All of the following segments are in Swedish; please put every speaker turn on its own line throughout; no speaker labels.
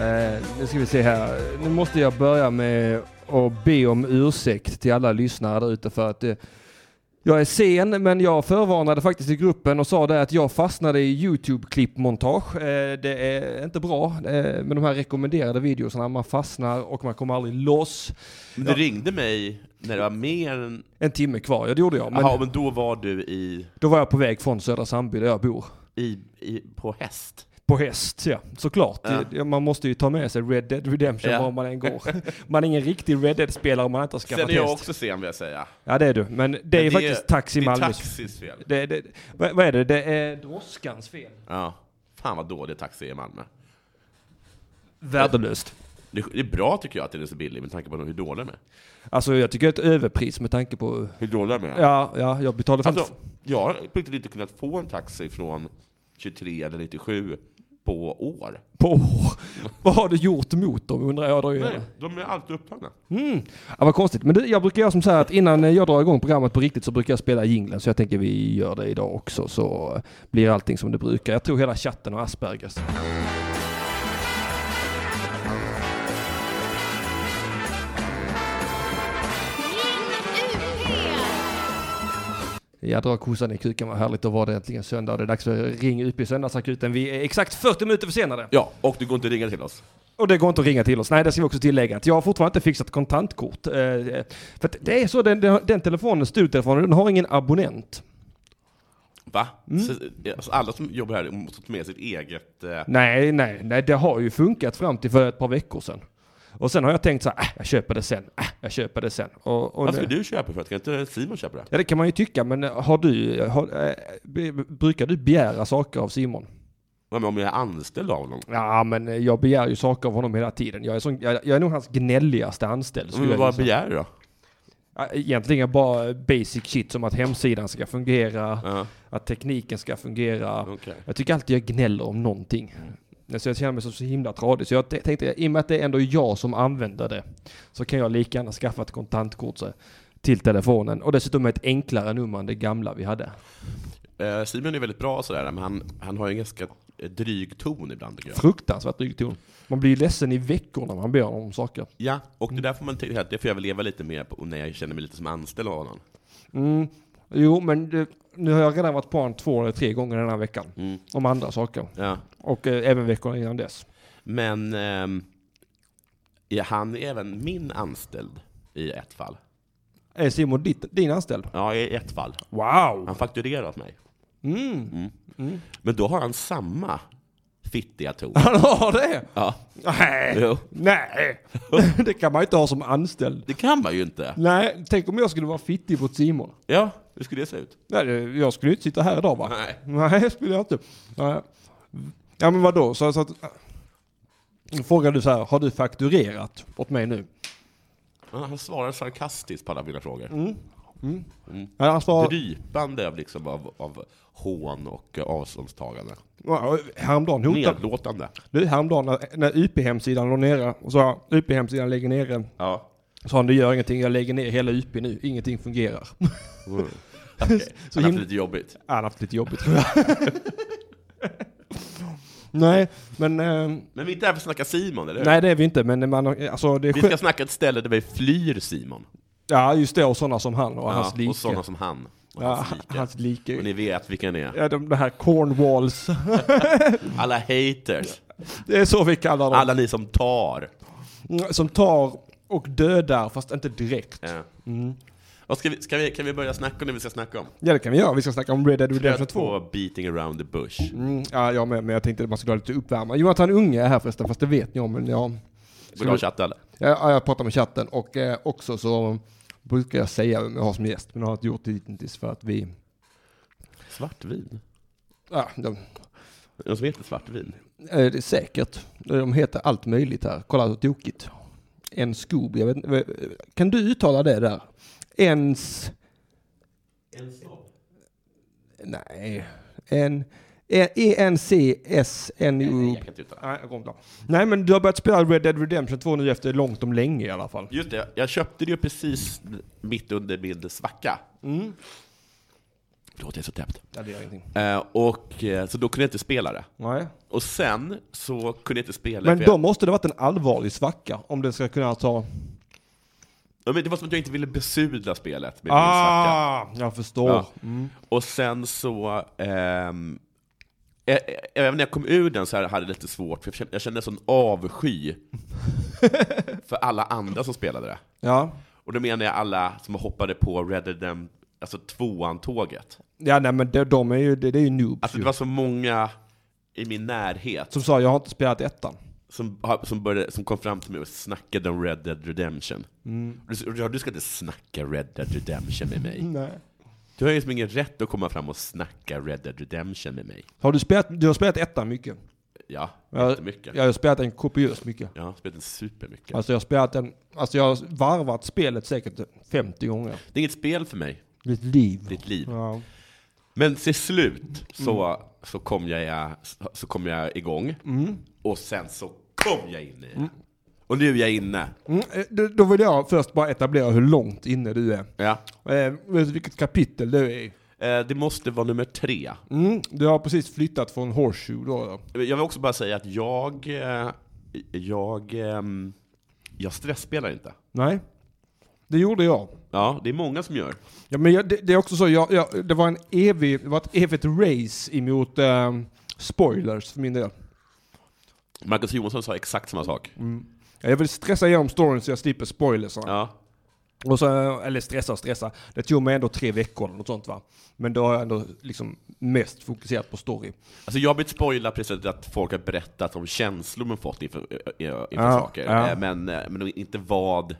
Eh, nu ska vi se här. Nu måste jag börja med att be om ursäkt till alla lyssnare där ute för att eh, jag är sen, men jag förvarnade faktiskt i gruppen och sa det att jag fastnade i YouTube-klippmontage. Eh, det är inte bra eh, med de här rekommenderade videorna. Man fastnar och man kommer aldrig loss.
Men du ringde mig när det var mer än...
En timme kvar, ja det gjorde jag. Men
Jaha, men då var du i,
då var jag på väg från Södra Sandby där jag bor.
i, i, på häst.
På häst, ja. Såklart.
Ja.
Ja. Man måste ju ta med sig Red Dead Redemption
Ja.
var man än går. Man är ingen riktig Red Dead-spelare om man inte har
Sen
skaffat
är jag
häst.
också sen vill jag säga.
Ja, det är du. Men det är faktiskt Taxi
det är
Malmös
taxis fel.
Det, det, vad, vad är det? Det är droskans fel.
Ja. Fan vad dålig taxi är i Malmö.
Värdelöst.
Det det är bra tycker jag att den är så billig med tanke på hur dålig de är.
Alltså jag tycker det är ett överpris med tanke på...
Hur dåliga de är?
Ja, ja jag betalade fan...
Alltså, jag har på riktigt inte kunnat få en taxi från 23 eller 97 på år.
på år. Vad har du gjort mot dem undrar jag då.
Nej,
ju.
de är alltid upptagna.
Ja, vad konstigt. Men du, jag brukar göra som så här att innan jag drar igång programmet på riktigt så brukar jag spela jinglen. Så jag tänker vi gör det idag också så blir allting som det brukar. Jag tror hela chatten har Aspergers. Jag drar kossan i kuken, vad härligt att vara det äntligen söndag. Det är dags för Ring UP i Söndagsakuten. Vi är exakt 40 minuter försenade.
Ja, och det går inte att ringa till oss.
Och det går inte att ringa till oss. Nej, det ska vi också tillägga. Att jag har fortfarande inte fixat kontantkort. Eh, eh, För att det är så, den, den, den telefonen, studiotelefonen, den har ingen abonnent.
Va? Så, alltså, alla som jobbar här måste ta med sitt eget... Eh,
Nej, nej, nej, det har ju funkat fram till för ett par veckor sedan. Och sen har jag tänkt så här, äh, jag köper det sen, äh, jag köper det sen. Och, och
vad
nu-
ska du köpa för att? Kan inte Simon köpa det?
Ja, det kan man ju tycka, men eh, har du, har, eh, b- brukar du begära saker av Simon?
Ja, men om jag är anställd av honom?
Ja, men eh, jag begär ju saker av honom hela tiden. Jag är, sån, jag, jag är nog hans gnälligaste anställd. skulle jag
Men Mm, vad
säga.
begär du då?
Ja, Egentligen bara basic shit som att hemsidan ska fungera,
Ja,
att tekniken ska fungera.
okej.
Jag tycker alltid jag gnäller om någonting. Så jag känner mig så, så himla tradig. Så jag t- tänkte, i och med att det är ändå jag som använder det, så kan jag lika gärna skaffa ett kontantkort så, till telefonen. Och dessutom ett enklare nummer än det gamla vi hade.
Eh, Simon är väldigt bra sådär, men han, han har ju en ganska eh, dryg ton ibland tycker jag.
Fruktansvärt dryg ton. Man blir ju ledsen i veckor när man ber om saker.
Ja, och det där får man tänka att det får jag väl leva lite mer på när jag känner mig lite som anställd av honom.
Mm. Jo, men det, nu har jag redan varit på honom två eller tre gånger den här veckan.
Mm.
Om andra saker.
Ja.
Och eh, även veckorna innan dess.
Men ehm, ja, han är även min anställd i ett fall.
Är Eh, Simon ditt, din anställd?
Ja, i ett fall.
Wow!
Han fakturerar åt mig.
Mm.
Men då har han samma fittiga ton. Eh,
Han har det!
Ja,
Nej!
jo.
Nej, det kan man ju inte ha som anställd.
Det kan man ju inte.
Nej, tänk om jag skulle vara fittig mot Simon.
Ja, hur skulle det se ut?
Nej, det- jag skulle ju inte sitta här idag va?
Nej.
Nej, det skulle jag inte. Nej. Ja men vadå, så, så att... Nu frågar du så här, har du fakturerat åt mig nu?
Ja, Han svarar sarkastiskt på alla mina frågor.
Mm. Nej, han svarar,
Drypande av, liksom, av, av hån och eh, avståndstagande.
Ja, häromdagen hotade...
Nedlåtande.
Du, häromdagen när, när UP-hemsidan låg nere och sa UP-hemsidan lägger nere.
Ja.
Sa han, det gör ingenting, jag lägger ner hela UP nu, ingenting fungerar.
Mm. Okej,
Så
Han har
him-
haft lite jobbigt.
Han har haft lite jobbigt tror jag. Nej, men... ehm,
Men vi är inte här för att snacka Simon, eller hur?
Nej det är vi inte, men man, alltså det är
Vi ska
skönt.
snacka ett ställe där vi flyr Simon.
Ja just det, och sådana som han och
Ja,
hans like.
och sådana som han. Och
ja,
hans like.
hans like.
Och ni vet vilka ni är.
Ja, de, de här Cornwalls.
Alla haters.
det är så vi kallar dem.
Alla ni som tar.
Mm, Som tar och dödar, fast inte direkt. Ja.
Ja.
Mm.
Och ska vi, ska vi, kan vi börja snacka om det vi ska snacka om?
det kan vi göra. Vi ska snacka om Red Dead Redemption 2.
på beating around the bush.
Mm, ja, jag med, men jag tänkte att man skulle ha lite uppvärma. Jonathan Unge är här förresten, fast det vet ni om. Men jag,
Vill du ha chatt eller?
jag, jag pratar med chatten och eh, också så brukar jag säga vem jag har som gäst, men jag har inte gjort det hittills för att vi...
Svartvin?
Ja, de,
Är det Någon som heter svartvin?
Eh, Det är säkert. De heter allt möjligt här. Kolla så tokigt. En skob. Jag vet, inte- eh, kan du uttala det där? Ens... Nej. En... E- E-N-C-S-N-O...
Jag kan inte uttala.
Nej, jag kommer inte ihåg. Nej, men du har börjat spela Red Dead Redemption 2 nu efter långt om länge i alla fall.
Just
Mm.
det, jag köpte det ju precis mitt under min svacka. Låter jag så täppt.
Ja, det gör ingenting.
Eh, och, eh, så då kunde jag inte spela det.
Nej.
Och sen så kunde jag inte spela
Men
för jag-
då måste det varit en allvarlig svacka om det ska kunna ta...
Ja, men Det var som att jag inte ville besudla spelet med min svacka.
Ah, mm. jag förstår.
Ja. Och sen så... ehm, ä- ä- Även när jag kom ur den så här hade jag lite svårt, för jag kände, jag kände en sån avsky för alla andra som spelade det.
Ja.
Och då menar jag alla som hoppade på Red Dead Redemption, alltså tvåan-tåget.
Ja, nej men de, de är ju, det, det är ju noobs
Alltså
ju.
det var så många i min närhet
Som sa, jag har inte spelat ettan.
som, har- som, började, som kom fram till mig och snackade om Red Dead Redemption. Och Du, ja, du ska inte snacka Red Dead Redemption med mig.
Nej.
Du har ju liksom ingen rätt att komma fram och snacka Red Dead Redemption med mig.
Har du spelat, du har spelat ettan mycket?
Ja,
Jag,
jättemycket.
Jag har spelat den kopiöst mycket.
Jag har spelat den supermycket.
Alltså jag har spelat den, alltså jag har varvat spelet säkert 50 gånger.
Det är inget spel för mig,
Ditt liv.
ditt liv.
Ja.
Men till slut så, så, kom, jag, så kom jag igång. Och sen så kom jag in i det. Och nu är jag inne.
Mm, eh, då- då vill jag först bara etablera hur långt inne du är.
Ja.
Eh, vet du vilket kapitel du är i?
Eh, Det måste vara nummer tre.
Mm, du har precis flyttat från Horseshoe då. då.
Jag vill också bara säga att jag, eh, jag, ehm, jag stressspelar inte.
Nej, det gjorde jag.
Ja, det är många som gör.
Ja, men jag, det, det är också så, jag, jag, det, var en evig, det var ett evigt race emot eh, spoilers för min del.
Marcus Johansson sa exakt samma sak.
Ja, Jag vill stressa igenom storyn så jag slipper spoilers. sa han.
Ja.
Och så, eller stressa och stressa, det tog mig ändå tre veckor eller något sånt va. Men då har jag ändå liksom mest fokuserat på story.
Alltså jag har blivit spoilad på det sättet att folk har berättat om känslor man fått inför, eh, inför
Ja,
saker,
ja.
Eh, Men, eh, men inte vad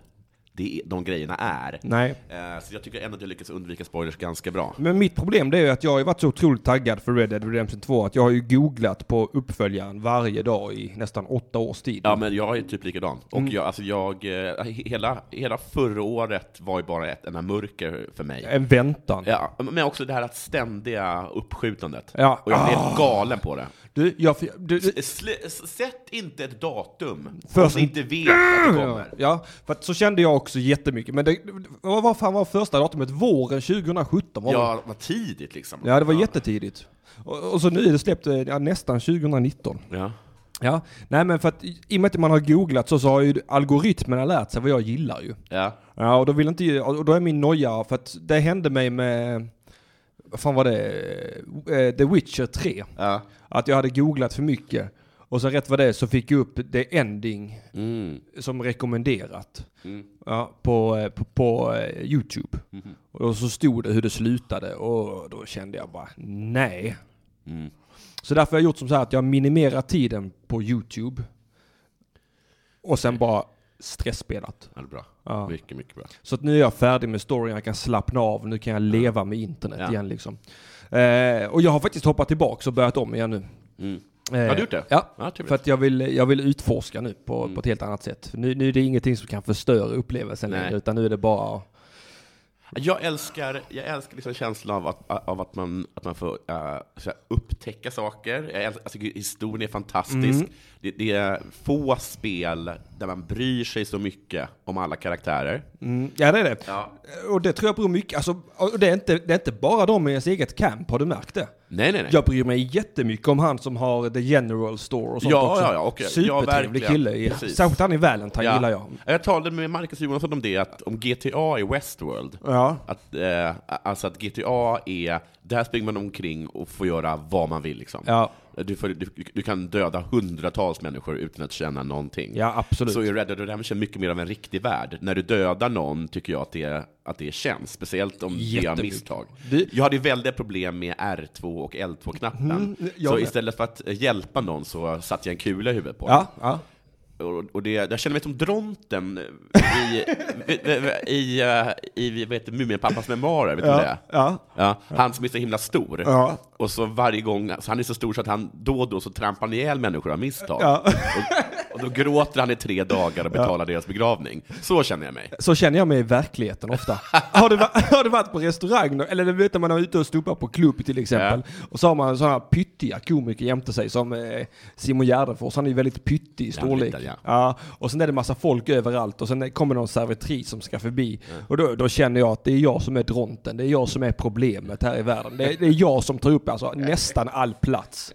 det, är- de grejerna är.
Nej.
Eh, Så jag tycker ändå att jag lyckas undvika spoilers ganska bra.
Men mitt problem det är ju att jag har ju varit så otroligt taggad för Red Dead Redemption 2 att jag har ju googlat på uppföljaren varje dag i nästan åtta års tid.
Ja, men jag är typ likadan. Och jag, alltså jag, eh, hela, hela förra året var ju bara ett enda mörker för mig.
En väntan.
Ja, men också det här att ständiga uppskjutandet.
Ja. Ah.
Och jag blev galen på det.
Du, jag, du, du,
Sl- s- sätt inte ett datum
För-
om du inte vet att det kommer.
Ja, för att så kände jag också jättemycket. Men det, vad vad fan var första datumet? Våren 2017 var det.
Ja, vad tidigt liksom.
Ja, det var jättetidigt. Och, och så nu är det släppt eh, ja, nästan 2019.
Ja.
Ja, nej men för att i i och med att man har googlat så, så har ju algoritmerna lärt sig vad jag gillar ju.
Ja.
Ja, och då vill inte och då är min noja för att det hände mig med, vad fan var det, Eh, The Witcher 3.
ja.
Att jag hade googlat för mycket. Och så rätt vad det är så fick jag upp The Ending
Mm.
som rekommenderat
Mm.
ja, på, eh, på, på eh, YouTube.
Mhm.
Och så stod det hur det slutade och då kände jag bara nej.
Mm.
Så därför har jag gjort som så här att jag minimerar tiden på YouTube. Och sen bara stressspelat.
Ja, det är bra.
Ja.
Mycket, mycket bra.
Så att nu är jag färdig med storyn, jag kan slappna av, nu kan jag leva med internet
Ja.
igen liksom. Eh, och jag har faktiskt hoppat tillbaka och börjat om igen nu.
Mm.
Eh,
Har du gjort det?
Ja,
Ja, trevligt. Mm.
för att jag vill, jag vill utforska nu på, på ett helt annat sätt. För nu, nu är det ingenting som kan förstöra upplevelsen
Nej.
längre, utan nu är det bara...
Jag älskar, jag älskar liksom känslan av att, av att, man, att man får eh, så här, upptäcka saker. Jag älskar, alltså, historien är fantastisk.
Mm.
Det, det är få spel där man bryr sig så mycket om alla karaktärer.
Mm, ja, det är det.
Ja.
Och det tror jag beror mycket, alltså, och det, är inte, det är inte bara de i ens eget camp, har du märkt det?
Nej, nej, nej.
Jag bryr mig jättemycket om han som har The General Store och sånt
Ja,
också.
ja, ja, okej. Ja,
Supertrevlig
verkligen.
kille. Ja.
Precis.
Särskilt han i Valentine
Ja.
gillar jag.
Jag talade med Marcus Johansson om det, att om GTA i Westworld,
Ja.
att, eh, alltså att GTA är, där springer man omkring och får göra vad man vill liksom.
Ja,
Du, får, du, du kan döda hundratals människor utan att känna någonting.
ja absolut.
Så är Red Dead Redemption mycket mer av en riktig värld. När du dödar någon tycker jag att det, att det känns, speciellt om det är
Jättemycket.
misstag.
Det-
Jag hade ju väldigt problem med R2 och L2-knappen.
Mm, jag
så
med.
istället för att eh, hjälpa någon så satte jag en kula i huvudet på
Ja, ja.
och, och det, jag känner mig som dronten i, i, i, eh, i vad heter det, Muminpappas memoarer, vet du vad det är?
ja.
Ja, han som är så himla stor.
Ja.
Och så varje gång, så han är så stor så att han då och då så trampar han ihjäl människor av misstag.
Ja.
Och, och då gråter han i tre dagar och betalar deras begravning. Så känner jag mig.
Så känner jag mig i verkligheten ofta. har, du, va- har du varit på restaurang, då? eller du vet när man är ute och stupar på klubb till exempel, och så har man sådana här pyttiga komiker jämte sig som eh, Simon Gärdenfors, han är ju väldigt pyttig i storlek.
liten, ja.
och sen är det massa folk överallt och sen kommer någon servitris som ska förbi. Och då, då känner jag att det är jag som är dronten, det är jag som är problemet här i världen. Det, är- det är jag som tar upp alltså, nästan all plats.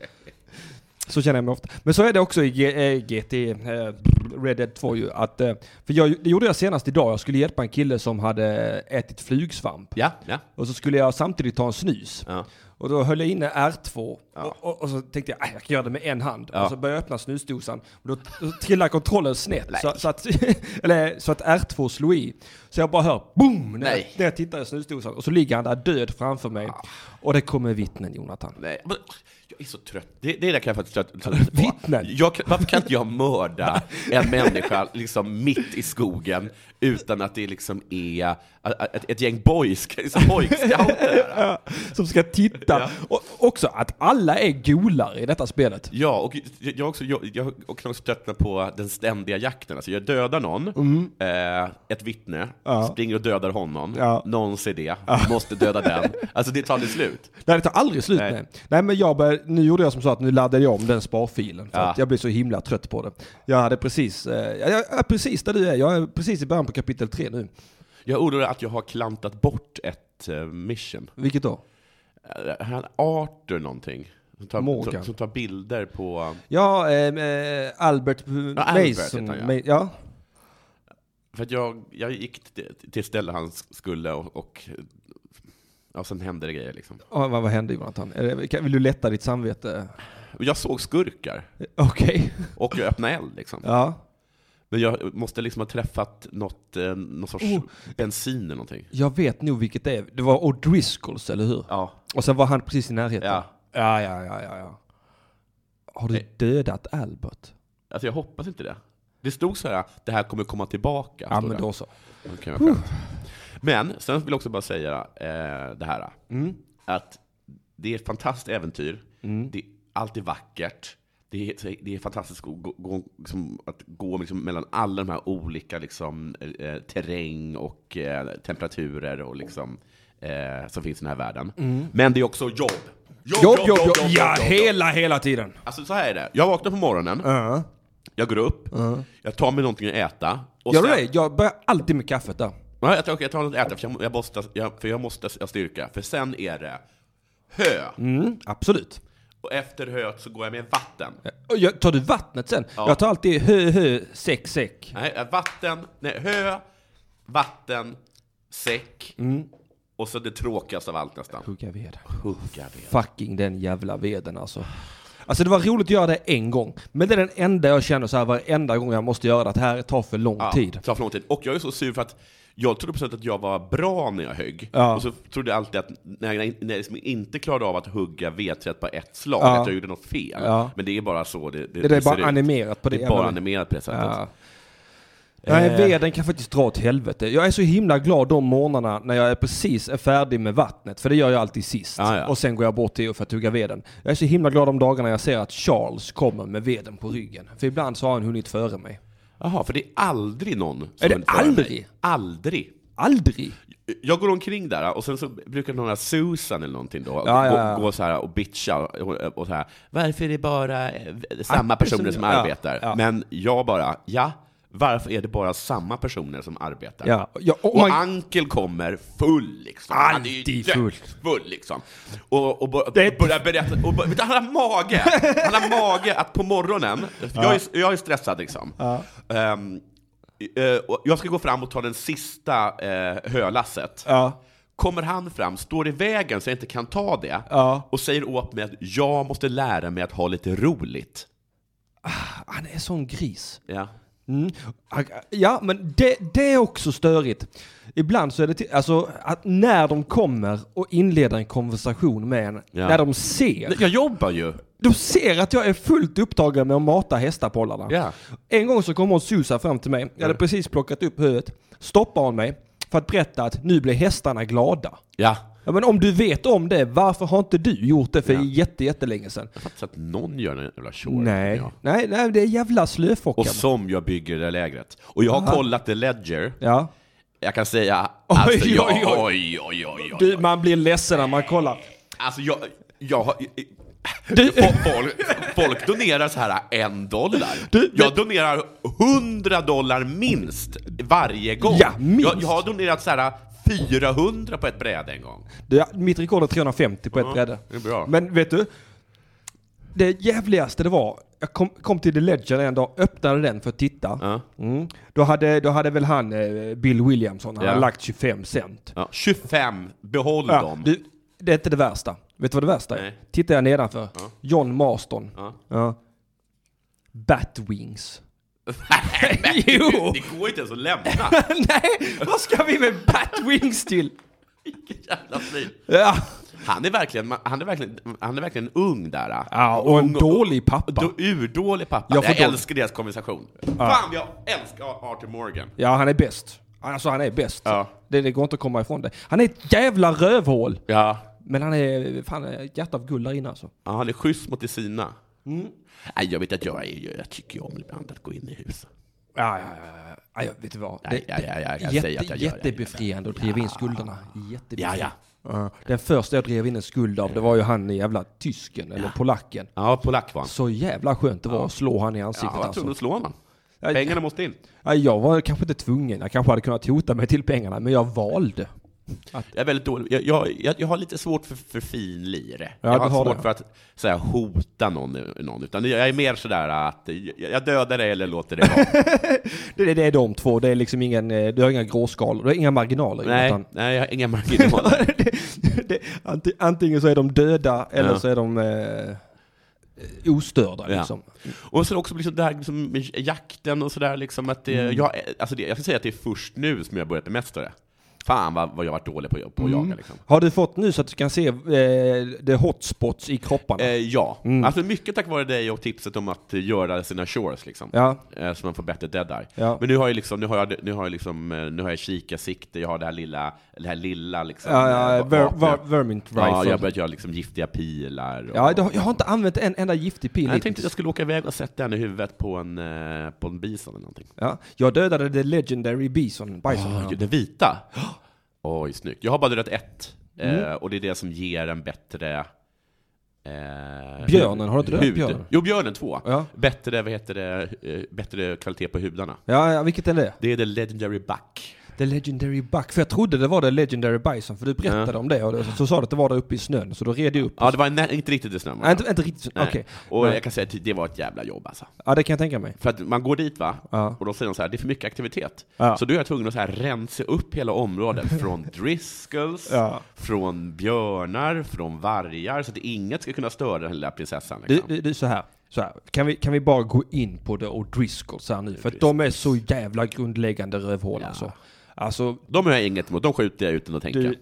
Så känner jag mig ofta. Men så är det också i G- eh, GT, eh, Red Dead 2 ju. Att, eh, för jag, det gjorde jag senast idag. Jag skulle hjälpa en kille som hade eh, ätit flugsvamp.
Ja, ja.
Och så skulle jag samtidigt ta en snus.
ja.
Och då höll jag inne R2.
Ja.
Och, och, och så tänkte jag, "Aj, jag kan göra det med en hand.
Ja.
Och så började jag öppna snusdosan. Och då, då trillar kontrollen snett.
Nej.
Så, så, att, eller, så att R2 slog i. Så jag bara hör boom när, jag,
Nej.
när jag tittar i snusdosan. Och så ligger han där död framför mig. Och det kommer vittnen, Jonathan.
Nej, men jag är så trött. Det, det där kan jag faktiskt trött, trött på.
Vittnen.
Jag, kan- varför kan inte jag mörda en människa liksom mitt i skogen utan att det liksom är att- ett, ett gäng boys, liksom boyscouter? där?
Som ska titta.
Ja.
Och också att alla är golare i detta spelet.
Ja, och jag, jag, också, jag, jag kan också tröttna på den ständiga jakten. Alltså jag dödar någon, eh, ett vittne,
Mm. Ja.
springer och dödar honom,
Ja.
någon ser det, måste döda den. Alltså det tar aldrig slut.
Nej, det tar aldrig slut. Nej.
Nej.
Nej. men jag bör, nu gjorde jag som så att nu laddade jag om den sparfilen. För
Ja.
att jag blev så himla trött på det. Jag hade precis, eh, jag, jag är precis där du är. Jag är precis i början på kapitel 3 nu.
Jag oroar att jag har klantat bort ett eh, mission.
Vilket då?
Eh, Han Arthur någonting. Som tar,
Morgan.
som, som tar bilder på...
Ja, ehm, eh, Albert eh,
Ja, Albert
Mason.
heter han,
Ma- ja.
För att jag, jag gick till, till stället han skulle och, och ja, sen hände det grejer liksom.
Ja, vad, vad hände Jonathan? Är det- kan- Vill du lätta ditt samvete?
Och Jag såg skurkar
Okej.
och jag öppnade eld liksom.
Ja.
Men jag måste liksom ha träffat något, eh, någon sorts
Oh.
bensin eller någonting.
Jag vet nog vilket det är. Det var O'Driscolls, eller hur?
Ja.
Och sen var han precis i närheten.
ja.
Ja, ja, ja, ja, ja. Eh. Har du
Nej.
dödat Albert?
Alltså jag hoppas inte det. Det stod så här, det här kommer komma tillbaka.
Ja,
stod
men
det.
då så.
Okej, vad skönt. Men sen vill jag också bara säga eh, det här. Att det är ett fantastiskt äventyr. Det är alltid vackert. Det är, det är fantastiskt att gå, gå, liksom, att gå liksom mellan alla de här olika liksom, eh, terräng och eh, temperaturer och liksom, eh, som finns i den här världen. Men det är också jobb. Mm. Jobb,
Ja,
jobb, jobb.
hela, hela tiden.
Alltså så här är det. Jag vaknar på morgonen,
Uh.
jag går upp, jag tar mig någonting att äta. Och
Gör du
sen-
det? Jag börjar alltid med kaffet där.
Nej, jag tar, okej, jag tar något att äta, för jag, jag, måste, jag, för jag måste ha styrka. För sen är det hö.
Mm, absolut.
Och efter höet så går jag med vatten.
Eh, Och jag, tar du vattnet sen? Jag tar alltid hö, hö, säck, säck.
Nej, eh, vatten, nej, hö, vatten, säck.
Mm.
Och så det tråkigaste av allt nästan.
Hugga ved.
Hugga ved.
Fucking den jävla veden alltså. Alltså det var roligt att göra det en gång. Men det är den enda jag känner så här varenda gång jag måste göra det. att Det här tar för lång
Ja,
tid.
tar för lång tid. Och jag är så sur för att jag trodde på sätt att jag var bra när jag högg.
Ja.
Och så trodde jag alltid att när jag, när jag liksom inte klarade av att hugga vedträd på ett slag,
Ja.
att jag gjorde något fel.
Ja.
Men det är bara så det, det,
Det, är
ser
bara
ut.
animerat på det.
Det är
jävla-
bara animerat på det sättet.
Ja. Nej,
Eh.
veden kan faktiskt dra åt helvete. Jag är så himla glad de morgnarna när jag är precis är färdig med vattnet, för det gör jag alltid sist.
Ah, ja.
Och sen går jag bort till för att hugga veden. Jag är så himla glad de dagarna jag ser att Charles kommer med veden på ryggen. För ibland så har han hunnit före mig.
Jaha, för det är aldrig någon som
Är det
vill föra mig.
aldrig?
Aldrig.
Aldrig!
Jag går omkring där och sen så brukar någon här Susan eller någonting då
Ja, ja,
gå,
ja.
gå så här och bitcha och, och så här. Varför är det bara eh, samma
Ah, precis.
personer som
Ja,
arbetar?
ja.
Men jag bara, ja, varför är det bara samma personer som arbetar?
Ja, ja, och
och
man-
Ankel kommer full liksom. Han är ju
Alltid full.
dödsfull, liksom. Och, och, bör-
Det är-
börjar berätta. Och, bör- vet du, han har mage! Han har mage att på morgonen, jag, är, jag är stressad liksom. Ehm, eh, och jag ska gå fram och ta den sista uh, hölasset.
Ja.
Kommer han fram, står i vägen så jag inte kan ta det,
Ja.
och säger åt mig att jag måste lära mig att ha lite roligt.
Han är sån gris.
Ja.
Mm. Ja, men det, det är också störigt. Ibland så är det till, alltså att när de kommer och inleder en konversation med en,
Ja.
när de ser
Jag jobbar ju!
De ser att jag är fullt upptagen med att mata hästapollarna.
Ja.
En gång så kom hon Susa fram till mig. Jag hade precis plockat upp huvudet. Stoppade hon mig för att berätta att nu blir hästarna glada.
Ja.
Ja, men om du vet om det, varför har inte du gjort det för
Ja.
jätte, jättelänge sedan?
Jag fattar att någon gör den jävla shore.
nej.
Ja.
nej, nej, det är jävla
Och
slöfockan.
som jag bygger det där lägret. Och jag har kollat The Ledger.
Ja.
Jag kan säga, alltså,
Oj,
oj,
oj,
oj,
oj.
oj, oj, oj, oj.
Du, man blir ledsen när man kollar.
Alltså jag, jag har...
Du-
Fo- Folk, folk donerar så här en dollar.
Du-
jag donerar 100 dollar minst varje gång.
Ja, minst.
Jag, jag har donerat så här 400 på ett bräde en gång.
Du, mitt rekord är 350 på ett bräde.
det är bra.
Men vet du? Det jävligaste det var, jag kom, kom till The Ledger en dag, öppnade den för att titta.
Ja.
Mm. Då, hade, då hade väl han, eh, Bill Williamson, han
Ja.
hade lagt 25 cent.
Ja. 25, behåll
Ja,
dem.
du, det är inte det värsta. Vet du vad det värsta är?
Nej.
Tittar jag nedanför. John Marston.
Ja.
Ja. Batwings. jo!
Det går inte ens att lämna.
Nej, vad ska vi med Batwings till?
Vilken jävla stil.
Ja,
Han är verkligen, han är verkligen, han är verkligen ung där. äh.
ja och en
Ung
dålig pappa.
Då, urdålig pappa.
Jag
Jag,
får dålig-
älskar deras konversation. Fan, jag älskar Arthur Morgan.
Ja, han är bäst. Alltså han är bäst.
Ja.
Det, det går inte att komma ifrån det. Han är ett jävla rövhål.
Ja.
Men han är fan ett hjärta av guld där inne alltså.
Ja, han är schysst mot de sina.
Mm.
Nej, jag vet att jag, är, jag tycker ju om ibland att gå in i hus.
Ja, ja, ja, ja. ja. ja vet du vad?
Ja, ja, ja, jag kan säga att
jätte,
jag gör det.
jättebefriande att driva in skulderna. Jättebefriande.
Ja,
Ja. Den första jag drev in en skuld av, det var ju han jävla tysken eller polacken.
Ja, polack var han.
Så jävla skönt det var att slå han i
Ja,
ansiktet
han var tvungen
alltså.
att slå honom.
Ja,
Pengarna måste in.
Ja, Jag var kanske inte tvungen, jag kanske hade kunnat hota mig till pengarna, men jag valde.
Jag är väldigt dålig. Jag, jag, jag, jag har lite svårt för, för fin lire.
Ja,
jag
du har
har svårt
det.
för att så här, hota någon, någon. Utan jag är mer sådär att jag, jag dödar dig eller låter dig vara.
Det, det, det är de två, det är liksom ingen, eh, du har inga gråskalor, du har inga marginaler.
nej,
Utan,
nej, jag har inga marginaler.
det, det, anti- antingen så är de döda eller
Ja.
så är de eh, ostörda
Ja.
liksom.
Och sen också liksom det här liksom, med jakten och sådär. Liksom att det,
Mm.
jag, alltså det, jag ska säga att det är först nu som jag börjat bemästra det. Fan vad, vad jag har varit dålig på, på att jaga. Liksom.
Har du fått nu så att du kan se eh, the hotspots i kropparna?
Eh, ja,
Mm.
alltså mycket tack vare dig och tipset om att eh, göra sina shores liksom.
Ja.
Eh, så man får bättre deadar.
Ja.
Men nu har jag liksom, nu har jag, nu har jag liksom, eh, nu har jag kikarsikte, jag har det här lilla, det här lilla liksom.
Ja, ja,
eh, va-
ver,
vapnet.
ver, vermint rifle.
ja jag har börjat göra liksom giftiga pilar. och-
Ja, det har- jag har inte använt en enda giftig pil
Nej, jag
hittills.
tänkte att jag skulle åka iväg och sätta den i huvudet på en, eh, på en bison eller någonting.
ja, jag dödade the legendary bison, bison.
Ah, Den vita? Oj, snyggt. Jag har bara dödat ett. Eh,
Mm.
och det är det som ger en bättre... Eh,
Björnen, har du inte dödat
hud.
björnen?
Jo, björnen två.
Ja.
Bättre, vad heter det, eh, bättre kvalitet på hudarna.
ja, ja, vilket är det?
Det är the legendary buck.
The Legendary Buck. För jag trodde det var The Legendary Bison, för du berättade om det och det- så, så sa du att det var där uppe i snön, så då red jag upp.
Ja, det var nä- inte riktigt det snön.
Nej, inte, inte riktigt så-
Nej.
Okej.
Och
Nej.
jag kan säga att det var ett jävla jobb alltså.
Ja, det kan jag tänka mig.
För att man går dit va,
Ja.
och då säger de så här, det är för mycket aktivitet.
Ja.
Så då är jag tvungen att så här rensa upp hela området från Driscolls,
Ja.
från björnar, från vargar, så att inget ska kunna störa den lilla prinsessan.
Du,
Liksom.
du, du så här. Så här. Kan, vi, kan vi bara gå in på det och Driscolls här nu? För att de är så jävla grundläggande rövhål
Ja.
alltså. Alltså,
De har jag inget emot, de skjuter jag utan att tänka.
du,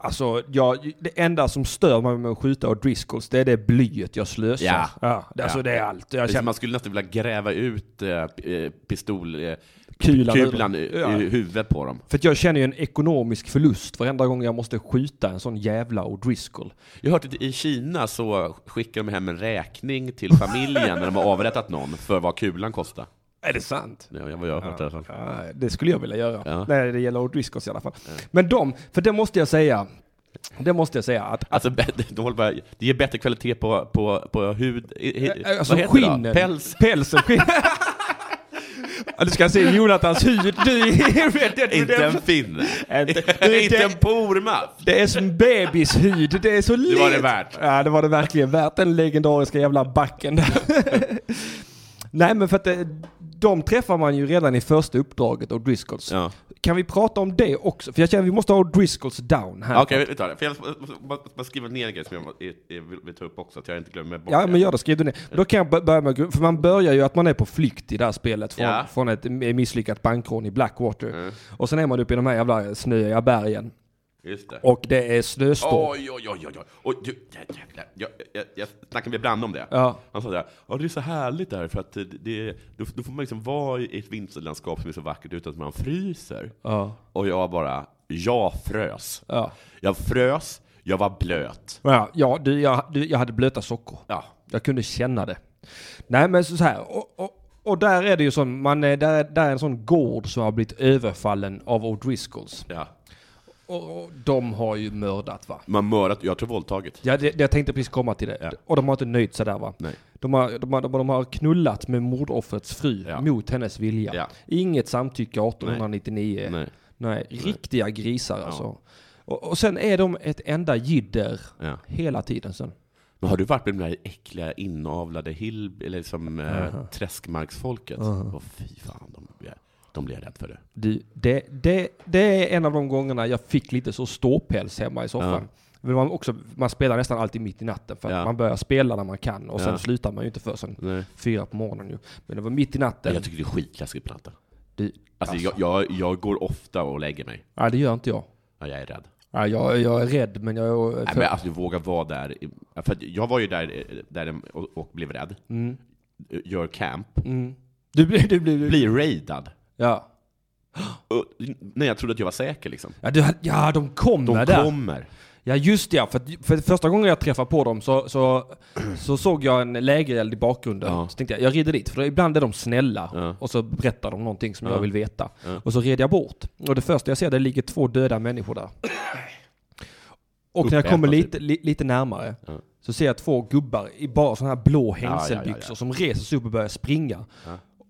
alltså jag, det enda som stör mig med att skjuta och Driscolls, det är det blyet jag slösar.
Ja.
ja det- alltså
Ja.
det är allt. Jag
Precis,
känner
Man skulle nästan vilja gräva ut eh, p- eh, pistol, eh,
kulan, ur-
kulan i,
Ja.
i huvudet på dem.
För att jag känner ju en ekonomisk förlust varenda gång jag måste skjuta en sån jävla O'Driscoll.
Jag har hört att i Kina så skickar de hem en räkning till familjen när de har avrättat någon för vad kulan kostar.
Är det sant?
Det är vad jag har hört i alla fall.
Ja, det skulle jag vilja göra.
Ja.
Nej, det gäller O'Driscolls i alla fall. Men de, för det måste jag säga, det måste jag säga att
Alltså, de håller bara, det ger bättre kvalitet på, på, på hud... i- i-
Äh, Alltså
vad heter det då?
skinnen.
Päls?
Pälsen. Skinn. ja, du ska se Jonathans hud. Du är Red Dead
Inte en
Redemption.
finne.
Inte- du är
Inte
den-
en porma.
Det är som bebishud. Det är så lätt.
var det värt.
Ja, det var det verkligen värt. Den legendariska jävla backen där. Nej, men för att det, de träffar man ju redan i första uppdraget av Driscolls.
Ja.
Kan vi prata om det också? För jag känner att vi måste ha Driscolls down här.
Okej, vi- vi tar det. För jag måste- måste måste skriva ner grejer som jag må- i- i- vill vill ta upp också, så jag inte glömmer bort
Ja,
det.
men gör det. Skriv det ner. Då kan jag bör- börja med... För man börjar ju att man är på flykt i det här spelet från,
Ja. Mm.
från ett misslyckat bankrån i Blackwater. Och sen är man uppe i de här jävla snöiga bergen.
Just det.
Och det är snöstorm.
Oj, oj, oj, oj, oj. oj du, jävlar. Jag, jag, jag snackade med Brand om det.
Ja.
Han sa såhär, ja det är så härligt där för att det, det, då, då får man liksom vara i ett vinterlandskap som är så vackert utan att man fryser.
Ja.
Och jag bara, jag frös.
Ja.
Jag frös, Jag var blöt.
Ja, ja du, jag, du, jag hade blöta sockor.
Ja.
Jag kunde känna det. Nej men så så här, och, och, och där är det ju sån, man är, där, är- där är en sån gård som har blivit överfallen av O'Driscolls.
ja.
Och, och de har ju mördat va?
Man mördat, jag tror våldtaget.
Ja, det, det- jag tänkte precis komma till det.
Ja.
Och de har inte nöjt sig där va?
Nej.
De har, de, har, de, har, de har knullat med mordoffrets fru
Ja.
mot hennes vilja.
Ja.
Inget samtycke 1899.
Nej.
Nej, riktiga grisar alltså. Och, och sen är de ett enda jidder
Ja.
hela tiden sen.
Men har du varit med de där äckliga inavlade hill, eller liksom, eh, träskmarksfolket? Åh, fy fan, de, blir- de blir jag rädd för. Det.
Du, det, det, det är en av de gångerna jag fick lite så ståpäls hemma i soffan. Men Man, också, man spelar nästan alltid mitt i natten för att
Ja.
man börjar spela när man kan och sen
Ja.
slutar man ju inte för sen
Nej.
fyra på morgonen ju. Men det var mitt i natten.
Jag tycker det är skitläskigt på natten.
Du,
Alltså, jag, jag, jag går ofta och lägger mig.
nej, det gör inte jag.
Ja, jag är rädd.
Ja, jag, jag är rädd men jag... är-
Nej, men alltså, du vågar vara där. i- För att jag var ju där, där och, och blev rädd.
Mm.
Gör camp.
Mm. Du blir... Du blir,
Blir raidad.
Ja.
Och, nej, jag trodde att jag var säker liksom.
Ja, du, ja, de kommer
De
där.
kommer.
Ja just det, ja. för, att- för första gången jag träffade på dem så, så, så såg jag en lägereld i bakgrunden.
Ja.
Så tänkte jag, jag rider dit, för ibland är de snälla
Ja.
och så berättar de någonting som jag vill veta.
Ja.
Och så red jag bort. Och det första jag ser, det ligger två döda människor där. Och när jag kommer
Uppätna, typ.
lite, li, lite närmare
Ja.
så ser jag två gubbar i bara sådana här blå hängselbyxor
ja, ja.
som reser sig upp och börjar springa.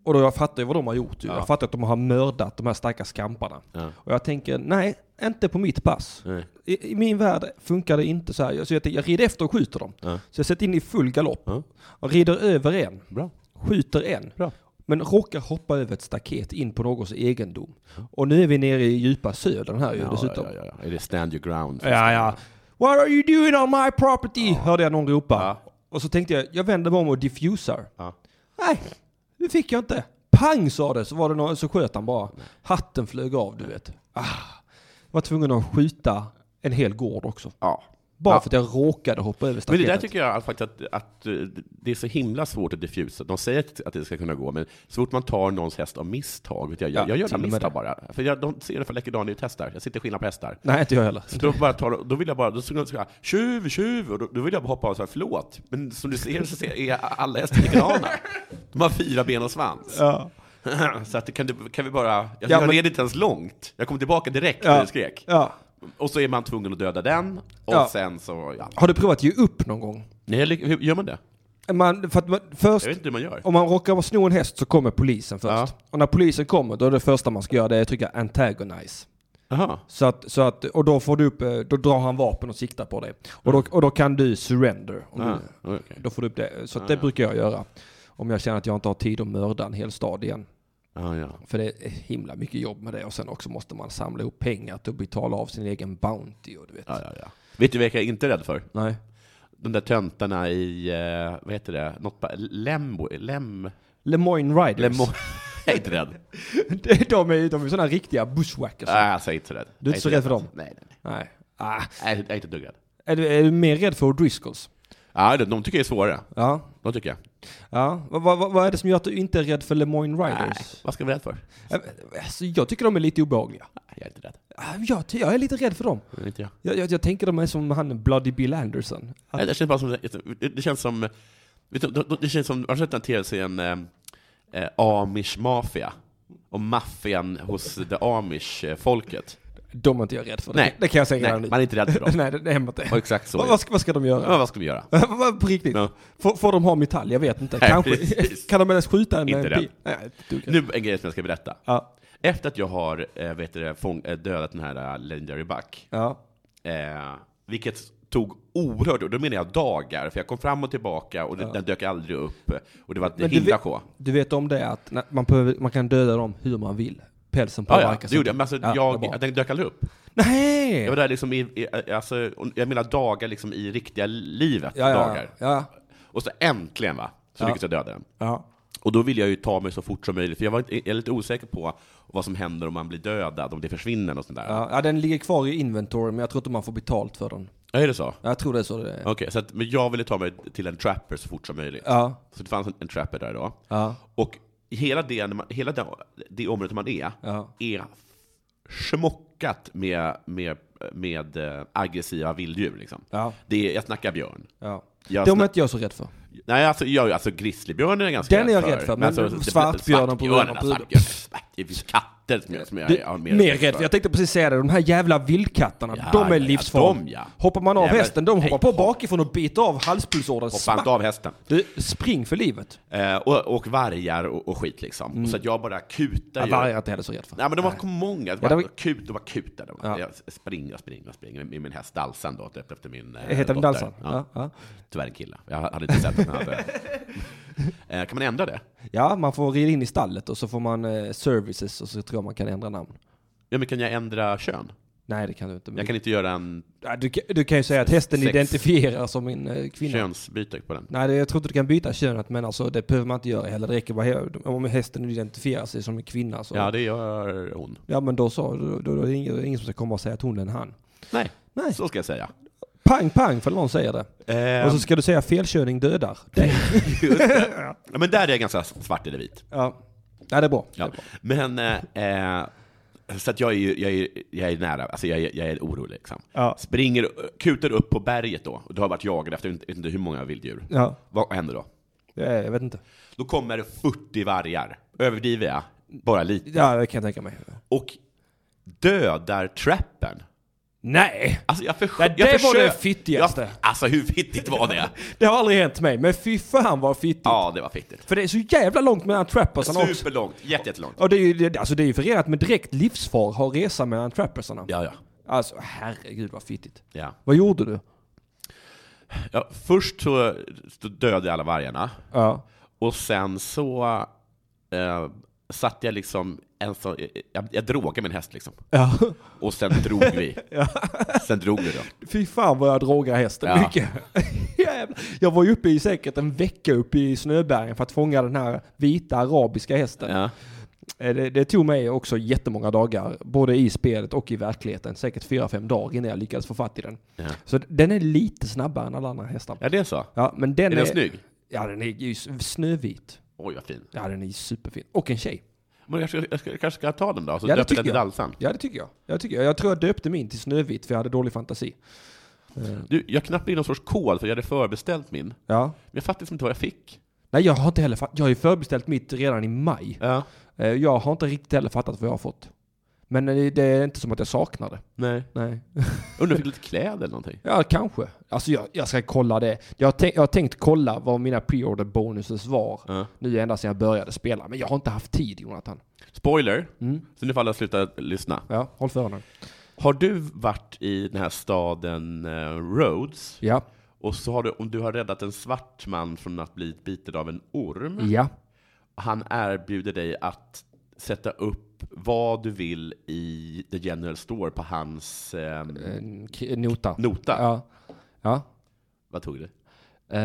Och då jag fattar ju vad de har gjort. ju. Jag fattar att de har mördat de här stackars kamparna.
Ja.
Och jag tänker, nej, inte på mitt pass.
Nej.
I, I min värld funkar det inte så här. Jag- Så jag, tänker, jag rider efter och skjuter dem.
Ja.
Så jag sätter in i full galopp.
Ja.
Och rider över en.
Bra.
Skjuter en.
Bra.
Men råkar hoppa över ett staket in på någons egendom. Och nu är vi nere i djupa södern här ju
Ja,
dessutom.
ja, ja, ja. Är det stand your ground?
Ja, ja. What are you doing on my property? Hörde jag någon ropa. Och så tänkte jag, jag vänder mig om och diffusar.
Ja.
Nej, det fick jag inte. Pang sa det, så var det någon, så sköt han bara. Hatten flög av, du vet. Ah, var tvungen att skjuta en hel gård också.
ja.
Bara
Ja.
för att jag råkade hoppa över
Men det
staketet.
där tycker jag faktiskt att, att eh, det är så himla svårt att diffusa. De säger att- att det ska kunna gå, men så fort man tar någons häst av misstag, vet jag, jag,
Ja,
jag gör
till
det
och med
misstag
det.
bara. För jag, de ser ungefär likadana ut hästar. Jag sitter skillnad på hästar.
Nej, inte jag heller.
Så då, bara tar, då vill jag bara, då skulle jag säga tjuv, tjuv, och då, då vill jag bara hoppa av så här, förlåt. Men som du ser så ser, är alla hästar likadana. De har fyra ben och svans.
Ja.
Så att, det kan, du, kan vi bara, jag,
Ja,
jag
men-
red inte ens långt. Jag kom tillbaka direkt när
Ja.
du skrek.
ja.
Och så är man tvungen att döda den, och
Ja.
sen så, ja.
Har du provat ge upp någon gång?
Nej, jag ly- hur gör man det?
Man, för att man,
Jag
först,
vet inte hur man gör.
om man råkar sno en häst så kommer polisen först.
Ja.
Och när polisen kommer, då är det första man ska göra det är att trycka antagonize.
Aha.
Så att, så att, och då får du upp, eh, då drar han vapen och siktar på dig. Och då, och då kan du surrender. Om
Ah,
du,
okej.
då får du upp det. Så att det brukar jag göra. Om jag känner att jag inte har tid att mörda en hel stad igen.
Ah, ja.
För det är himla mycket jobb med det. Och sen också måste man samla ihop pengar till att betala av sin egen Bounty. Och du vet.
Ja, ja, ja. Vet du vilka jag inte är rädd för?
Nej.
De där töntarna i, eh, vad heter det, något ba- Lembo, Lem...
Lemoine Riders.
Lemo... Jag är inte rädd.
de är ju de är sådana riktiga bushwackers.
Nej, alltså, jag är inte rädd.
Du är inte så rädd för dem?
Nej, nej, nej.
Nej. Ah.
Nej, Jag är inte ett dugg rädd.
Är, du, är du mer rädd för O'Driscolls?
Ja, de- de tycker jag är svåra.
Ja.
De tycker jag.
ja. Vad vad- vad- vad är det som gör att du inte är rädd för Lemoine Riders?
Vad ska jag vara rädd för?
Eh, Alltså, jag tycker de är lite obehagliga.
Nej, jag är inte rädd.
Ah, Jag, ty- jag är lite rädd för dem.
Det är Inte jag.
Jag, jag, jag tänker de är som han Bloody Bill Anderson. Att-
Nej, Det känns bara som, det känns som, vet du, de- de- det känns som, har du sett den tv-serien eh, eh, Amish Mafia? Och maffian hos det Amish-folket?
De är inte jag rädd för. Det-
Nej.
Det kan jag säga redan nu.
Nej, man är inte rädd för dem.
Nej, det, det är inte.
Och exakt så.
Vad, vad, ska, vad ska de göra?
Ja, vad ska vi göra?
På riktigt?
Ja.
Får, får de ha metall? Jag vet inte.
Nej,
Kanske.
precis.
kan de ens skjuta en
Inte
en
rädd.
pil? Nej, du,
Nu en grej som jag ska berätta.
ja.
Efter att jag har eh, vet du, det, fång, eh, dödat den här eh, Legendary Buck,
ja.
eh, vilket tog oerhört, och då menar jag dagar, för jag kom fram och tillbaka och det, den dök aldrig upp. Och det var ett
Men du
himla
vet-
sjå.
Du vet om det att när- man, behöver, man kan döda dem hur man vill. Pälsen
Ja, ja,
påverkas
det gjorde jag. Men alltså,
Ja, vad bra.
jag, den dök aldrig upp.
Nej!
Jag var där liksom i, i alltså, och jag menar dagar liksom i riktiga livet.
ja, ja,
dagar.
ja,
Och så äntligen va, så lyckades jag döda den.
ja.
Och då vill jag ju ta mig så fort som möjligt, för jag, var, jag är lite osäker på vad som händer om man blir dödad, om det försvinner och sånt där.
Ja, ja, den ligger kvar i inventory men jag tror inte man får betalt för den.
Ja, Är det så?
Jag tror det är så det är.
Okej, så att, men jag ville ta mig till en trapper så fort som möjligt.
Ja,
Så det fanns en, en trapper där då.
ja,
Och hela det, när man, hela det, det området man är,
ja.
är smockat med, med, med eh, aggressiva vilddjur. Liksom.
Ja.
Det är, jag snackar björn.
ja.
Jag
De är
sna-
inte jag så rädd för.
Nej, alltså, jag, alltså grizzlybjörnen är jag ganska alltså,
Den är jag rädd för, men
det-
svartbjörnen på
svartbjörnen,
på-
svartbjörnen, svart- Det finns katter som jag, som jag
Det,
är
mer rädd för. Jag tänkte precis säga det, de här jävla vildkatterna,
Ja,
de
ja,
är
ja,
livsfarliga.
de, ja.
Hoppar man av
Jävlar.
hästen, de hoppar på
Nej,
bakifrån och biter av halspulsådern.
Hoppa inte
Smack!
av hästen.
Du, spring för livet.
Eh, och, och vargar och, och skit liksom. Så att jag bara kutar
Mm. Ja,
ju.
vargar är inte heller så rädd för.
Nej men det var många, det
Ja,
var,
det var-
kut, det var kut där.
Ja.
Jag springer, springer, springer med min häst Dalsan då, döpt efter min eh,
Heter den
dotter.
Dalsan? Ja.
Ja.
Ja.
Tyvärr en kille, jag hade inte sett att den hade... eh, kan man ändra det?
ja, man får rida in i stallet och så får man eh, services och så tror jag man kan ändra namn.
Ja men kan jag ändra kön?
Nej, det kan du inte. Men
Jag kan inte göra en
Ja, du, kan- du kan ju säga att hästen
Sex.
identifierar som en eh, kvinna.
könsbyte på den.
Nej, det, jag tror inte du kan byta könet, men alltså, det behöver man inte göra heller. Det räcker bara he- om hästen identifierar sig som en kvinna. Så.
Ja det gör hon.
Ja, men då, så, då, då, då är det ingen, det är ingen som ska komma och säga att hon är en han.
Nej,
Nej.
så ska jag säga.
Pang, pang, för någon säger det.
Eh,
Och så ska du säga felköning dödar dig.
Ehm, ja, men där är jag ganska svart eller vit.
ja. Nej, det är bra.
Ja. Men, eh, eh, så att jag är ju jag är, jag är nära, alltså jag är, jag är orolig liksom.
Ja.
Springer, kutar upp på berget då, och du har varit jagad efter inte, inte hur många vilddjur.
Ja,
Vad händer då?
Ja, jag vet inte.
Då kommer det 40 vargar, överdriver jag, bara lite,
Ja, det kan jag tänka mig.
och dödar trappen.
Nej!
Alltså jag, förs-
Ja,
jag
det var
försökte-
det fittigaste.
Jag, alltså hur fittigt var det?
Det har aldrig hänt mig, men fy fan vad fittigt.
ja, det var fittigt.
För det är så jävla långt mellan trappersarna också.
Superlångt, jätte, jättelångt.
Och det är ju, det, alltså det är ju förenat med direkt livsfar att ha resa mellan trappersarna.
Ja, ja.
Alltså herregud vad fittigt.
ja.
Vad gjorde du?
ja först så, så dödade jag alla vargarna.
Ja.
Och sen så eh, satt jag liksom, en så, jag, jag drogade min häst liksom.
ja.
Och sen drog vi. Sen drog vi då.
Fy fan vad jag drogar hästen
Ja.
mycket. Jävlar. jag var ju uppe i säkert en vecka uppe i snöbergen för att fånga den här vita arabiska hästen.
Ja.
Eh, Det, det tog mig också jättemånga dagar, både i spelet och i verkligheten. Säkert fyra fem dagar innan jag lyckades få fatt i den.
Ja.
Så d- den är lite snabbare än alla andra hästar.
ja, det är så.
Ja, men den
Är den snygg?
Ja, den är ju s- snövit.
Oj, vad fin.
Ja, den är superfin. Och en tjej.
Men jag, ska, jag, ska, jag kanske ska ta den då, så
Ja, det
döper
tycker
den till
jag.
Dalsan.
Ja, det tycker jag. Jag, tycker jag. jag tror jag döpte min till Snövit för jag hade dålig fantasi.
Du, jag knappade in någon sorts kod, för jag hade förbeställt min. Men
Ja.
jag fattade liksom inte vad jag fick.
Nej, jag har inte heller fatt- Jag har ju förbeställt mitt redan i maj.
Ja.
Eh, Jag har inte riktigt heller fattat vad jag har fått. Men eh, det är inte som att jag saknar det.
Nej.
Nej.
Undrar om jag fick lite kläder eller någonting.
Ja, kanske. Alltså jag, jag ska kolla det. Jag har, tänkt, jag har tänkt kolla vad mina pre-order bonuses var
Ja.
nu ända sedan jag började spela. Men jag har inte haft tid, Jonathan.
Spoiler,
Mm.
så nu får alla sluta lyssna.
Ja, håll för öronen.
Har du varit i den här staden eh, Rhodes?
Ja,
Och så har du, om du har räddat en svart man från att bli biten av en orm,
ja.
han erbjuder dig att sätta upp vad du vill i The General Store på hans ehm,
En Eh, k- nota.
nota.
Ja. ja.
Vad tog det?
Eh,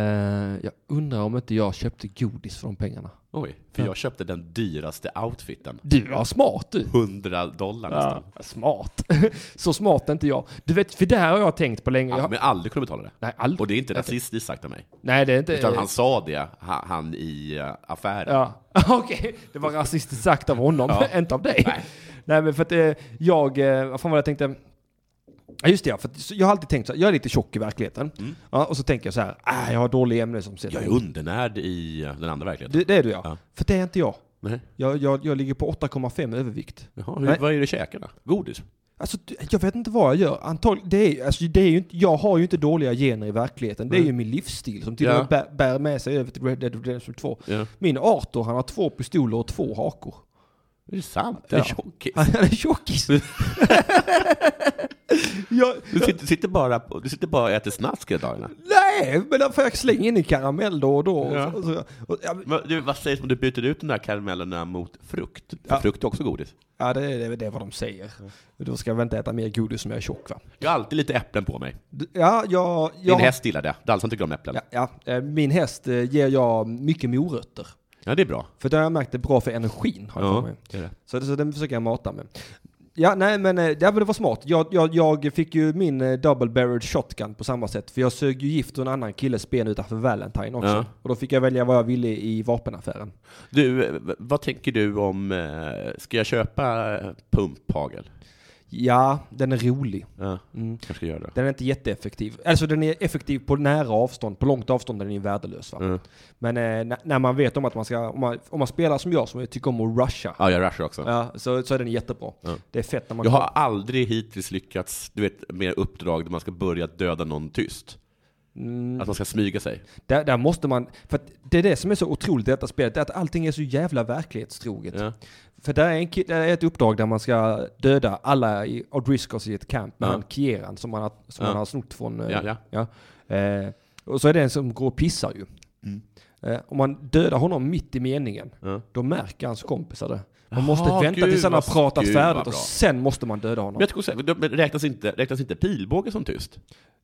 jag undrar om inte jag köpte godis för de pengarna.
Oj, för jag köpte den dyraste outfiten.
Du var smart du.
100 dollar nästan.
Smart. Så smart är inte jag. Du vet, för det här har jag tänkt på länge.
Ja,
Jag,
men jag aldrig kunde betala det.
nej, aldrig.
Och det är inte rasistiskt sagt av mig.
Nej, det är inte...
Utan han sa det, ha- han i eh, affären.
Ja, okej. Det var rasistiskt sagt av honom, inte av dig. Nej. men för att eh, jag, eh, vad fan var det jag tänkte? Ja, just det, ja, för att, så jag har alltid tänkt så här, jag är lite tjock i verkligheten. Ja, och så tänker jag så här, ah, jag har dålig ämnesomsättning.
Mm. Jag är undernärd i eh, den andra verkligheten.
det, det är du ja.
Ja.
För det är inte jag.
Nej.
Jag, jag, jag ligger på 8,5 övervikt.
Jaha, hur,
Nej.
vad är det i käkarna? Godis?
Alltså, du- jag vet inte vad jag gör. Antagligen, det är, alltså, det är ju inte, jag har ju inte dåliga gener i verkligheten. Det är ju min livsstil som till och
Ja.
med bär, bär med sig över till Red Dead Redemption 2.
Ja.
Min Arthur, han har två pistoler och två hakor.
Är det sant? Ja. Är det
Ja.
tjockis?
Han är tjockis. jag,
Du sitter, du sitter, bara, på- du sitter bara och äter snask hela dagarna.
nej, men där får jag slänga in en karamell då och då.
Ja.
Och så, och, ja, men-
Men du, vad sägs om du byter ut de här karamellerna mot frukt? För
Ja.
frukt är också godis.
ja, det, är- det är vad de säger. Då ska jag väl inte äta mer godis som jag är tjock va?
Jag har alltid lite äpplen på mig.
D- Ja, jag...
Min
jag
häst gillar det. Dalsan tycker om äpplen.
ja,
Ja.
ja, eh, min häst eh, ger jag mycket morötter.
det är bra.
För det har jag märkt är bra för energin. Har jag för
Ja,
mig.
det är det.
Så, det- så den försöker jag mata med. Ja, nej men, eh, ja, men det var smart. Jag, jag, jag fick ju min eh, double barreled shotgun på samma sätt. För jag sög ju gift ur en annan killes ben utanför Valentine också.
Ja.
Och då fick jag välja vad jag ville i vapenaffären.
Du, eh, v- vad tänker du om, eh, ska jag köpa eh, pumphagel?
Ja, den är rolig.
Ja,
Mm.
kanske ska göra det.
Den är inte jätteeffektiv. Alltså den är effektiv på nära avstånd. På långt avstånd är den ju värdelös. Va?
Mm.
Men eh, när- när man vet om att man ska, om man, om man spelar som jag som jag tycker om att rusha.
Ja, jag rushar också.
Ja, så, så är den jättebra. Det är fett när man
Jag har aldrig hittills lyckats, du vet, med uppdrag där man ska börja döda någon tyst.
Mm.
Att man ska smyga sig.
Där, där måste man, för att det är det som är så otroligt i detta spelet, det är att allting är så jävla verklighetstroget.
Ja.
För där är, en, ki- där är ett uppdrag där man ska döda alla i Odriscos i ett camp med
Ja.
han Kieran som man har, som
Ja.
man har snott från... eh,
Ja, ja.
Eh, och så är det en som går och pissar ju.
Mm.
Eh, om man dödar honom mitt i meningen,
Ja.
då märker hans kompisar det. Man
Jaha,
måste vänta
gud,
tills han har
vad-
pratat
gud, vad
färdigt
bra.
och sen måste man döda honom.
Men jag tror så här, då- men räknas inte, räknas inte pilbåge som tyst?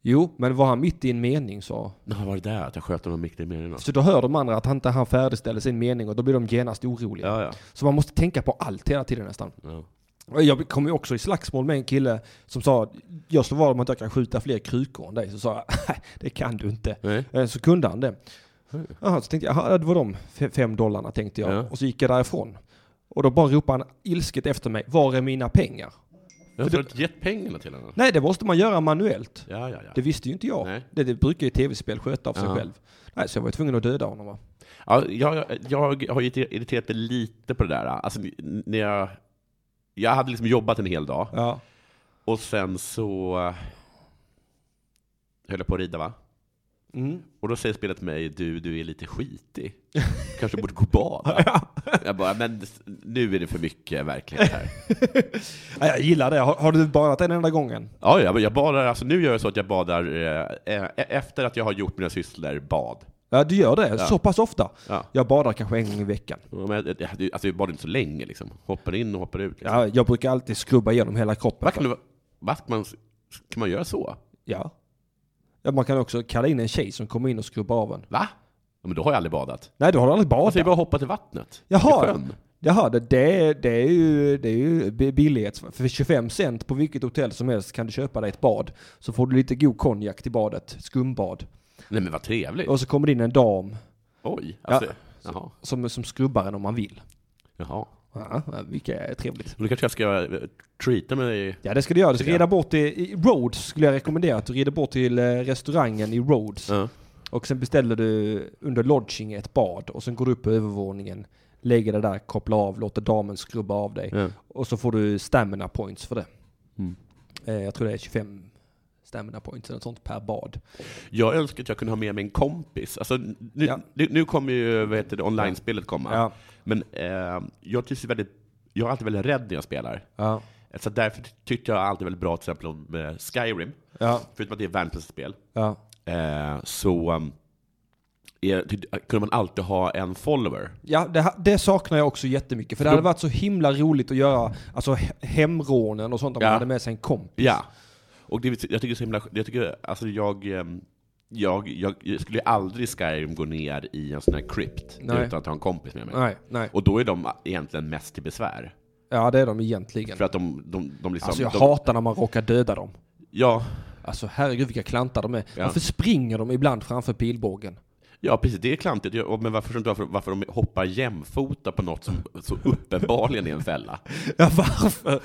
Jo, men var han mitt i en mening så...
Nej, var det där att jag sköt honom mitt i meningen?
Så då hör de andra att han inte han färdigställer sin mening och då blir de genast oroliga.
Ja, ja.
Så man måste tänka på allt hela tiden nästan.
ja.
Och Jag kom ju också i slagsmål med en kille som sa, jag slår vad om att jag kan skjuta fler krukor än dig. Så sa jag, "Nej, det kan du inte.
Nej.
Eh, Så kunde han det. Aha, så tänkte jag, "Jaha, det var de fe- fem dollarna tänkte jag.
Ja.
Och så gick jag därifrån. Och då bara ropade han ilsket efter mig, var är mina pengar?
Jag har inte gett pengarna till honom.
Nej, det måste man göra manuellt.
Ja, ja, ja.
Det visste ju inte jag.
Nej.
Det, det brukar ju tv-spel sköta av sig
Ja.
själv. Nej, så jag var ju tvungen att döda honom va.
Ja, jag, jag har ju irriterat mig lite på det där. Alltså, när jag, jag hade liksom jobbat en hel dag
Ja.
och sen så höll jag på att rida va?
Mm.
Och då säger spelet till mig, du, du är lite skitig. Kanske borde gå och bada. Jag bara, men nu är det för mycket verklighet här.
Ja, jag gillar det. Har, har du badat den enda gången?
Ja, jag, jag badar, alltså nu gör jag så att jag badar eh, eh, efter att jag har gjort mina sysslor, bad.
Ja, du gör det.
Ja.
Så pass ofta.
Ja.
Jag badar kanske en gång i veckan.
Men, jag- jag- alltså jag badar inte så länge liksom. Hoppar in och hoppar ut. Liksom.
Ja, jag brukar alltid skrubba igenom hela kroppen.
Vad kan, du, vad kan, man, kan man göra så?
Ja. ja. Man kan också kalla in en tjej som kommer in och skrubbar av en.
Va? Ja, men då har jag aldrig badat.
Nej, du har aldrig badat.
Alltså, jag bara hoppat i vattnet. I
Jaha.
sjön.
Jaha, det, det, det är ju, det är ju bi- billighets... För 25 cent på vilket hotell som helst kan du köpa dig ett bad. Så får du lite god konjak till badet, skumbad.
Nej men vad trevligt.
Och så kommer det in en dam
Oj.
Ja.
Alltså, Jaha.
som, som skrubbar en om man vill.
Jaha.
Ja, vilket är trevligt.
Och då kanske jag ska eh, treata mig.
Ja, det ska du göra. Du ska rida bort till i Rhodes, skulle jag rekommendera. Att du rider bort till eh, restaurangen i Rhodes.
Ja.
Och sen beställer du under lodging ett bad och sen går du upp på övervåningen, lägger det där, kopplar av, låter damen skrubba av dig.
Ja.
Och så får du stamina points för det.
Mm.
Eh, jag tror det är 25 stamina points eller något sånt per bad.
Jag önskar att jag kunde ha med mig en kompis. Alltså, nu,
Ja.
nu, nu kommer ju vad heter det, online-spelet komma.
Ja.
Men eh, jag, trivs ju väldigt, jag är alltid väldigt rädd när jag spelar.
Ja.
Så därför tyckte jag alltid väldigt bra till exempel om eh, Skyrim.
Ja.
Förutom att det är värnpliktsspel.
Ja.
Eh, så um, är, tyckte- kunde man alltid ha en follower.
Ja, det, ha- det saknar jag också jättemycket. För det
För då-
hade varit så himla roligt att göra alltså, he- hemrånen och sånt om
Ja.
man hade med sig en kompis.
Ja. Och det, jag tycker det är så himla, jag tycker, alltså jag, ehm, jag, jag, jag skulle aldrig i Skyrim gå ner i en sån här crypt
Nej.
utan att ha en kompis med mig.
Nej, nej.
Och då är de egentligen mest till besvär.
Ja, det är de egentligen.
För att de, de, de liksom...
Alltså jag
de,
hatar när man råkar döda dem.
ja,
Alltså herregud vilka klantar de är.
Ja.
Varför springer de ibland framför pilbågen?
ja, precis. Det är klantigt. Jag- och- Men varför, förstår inte varför, varför de hoppar jämfota på något som så uppenbarligen är en fälla?
Ja, varför?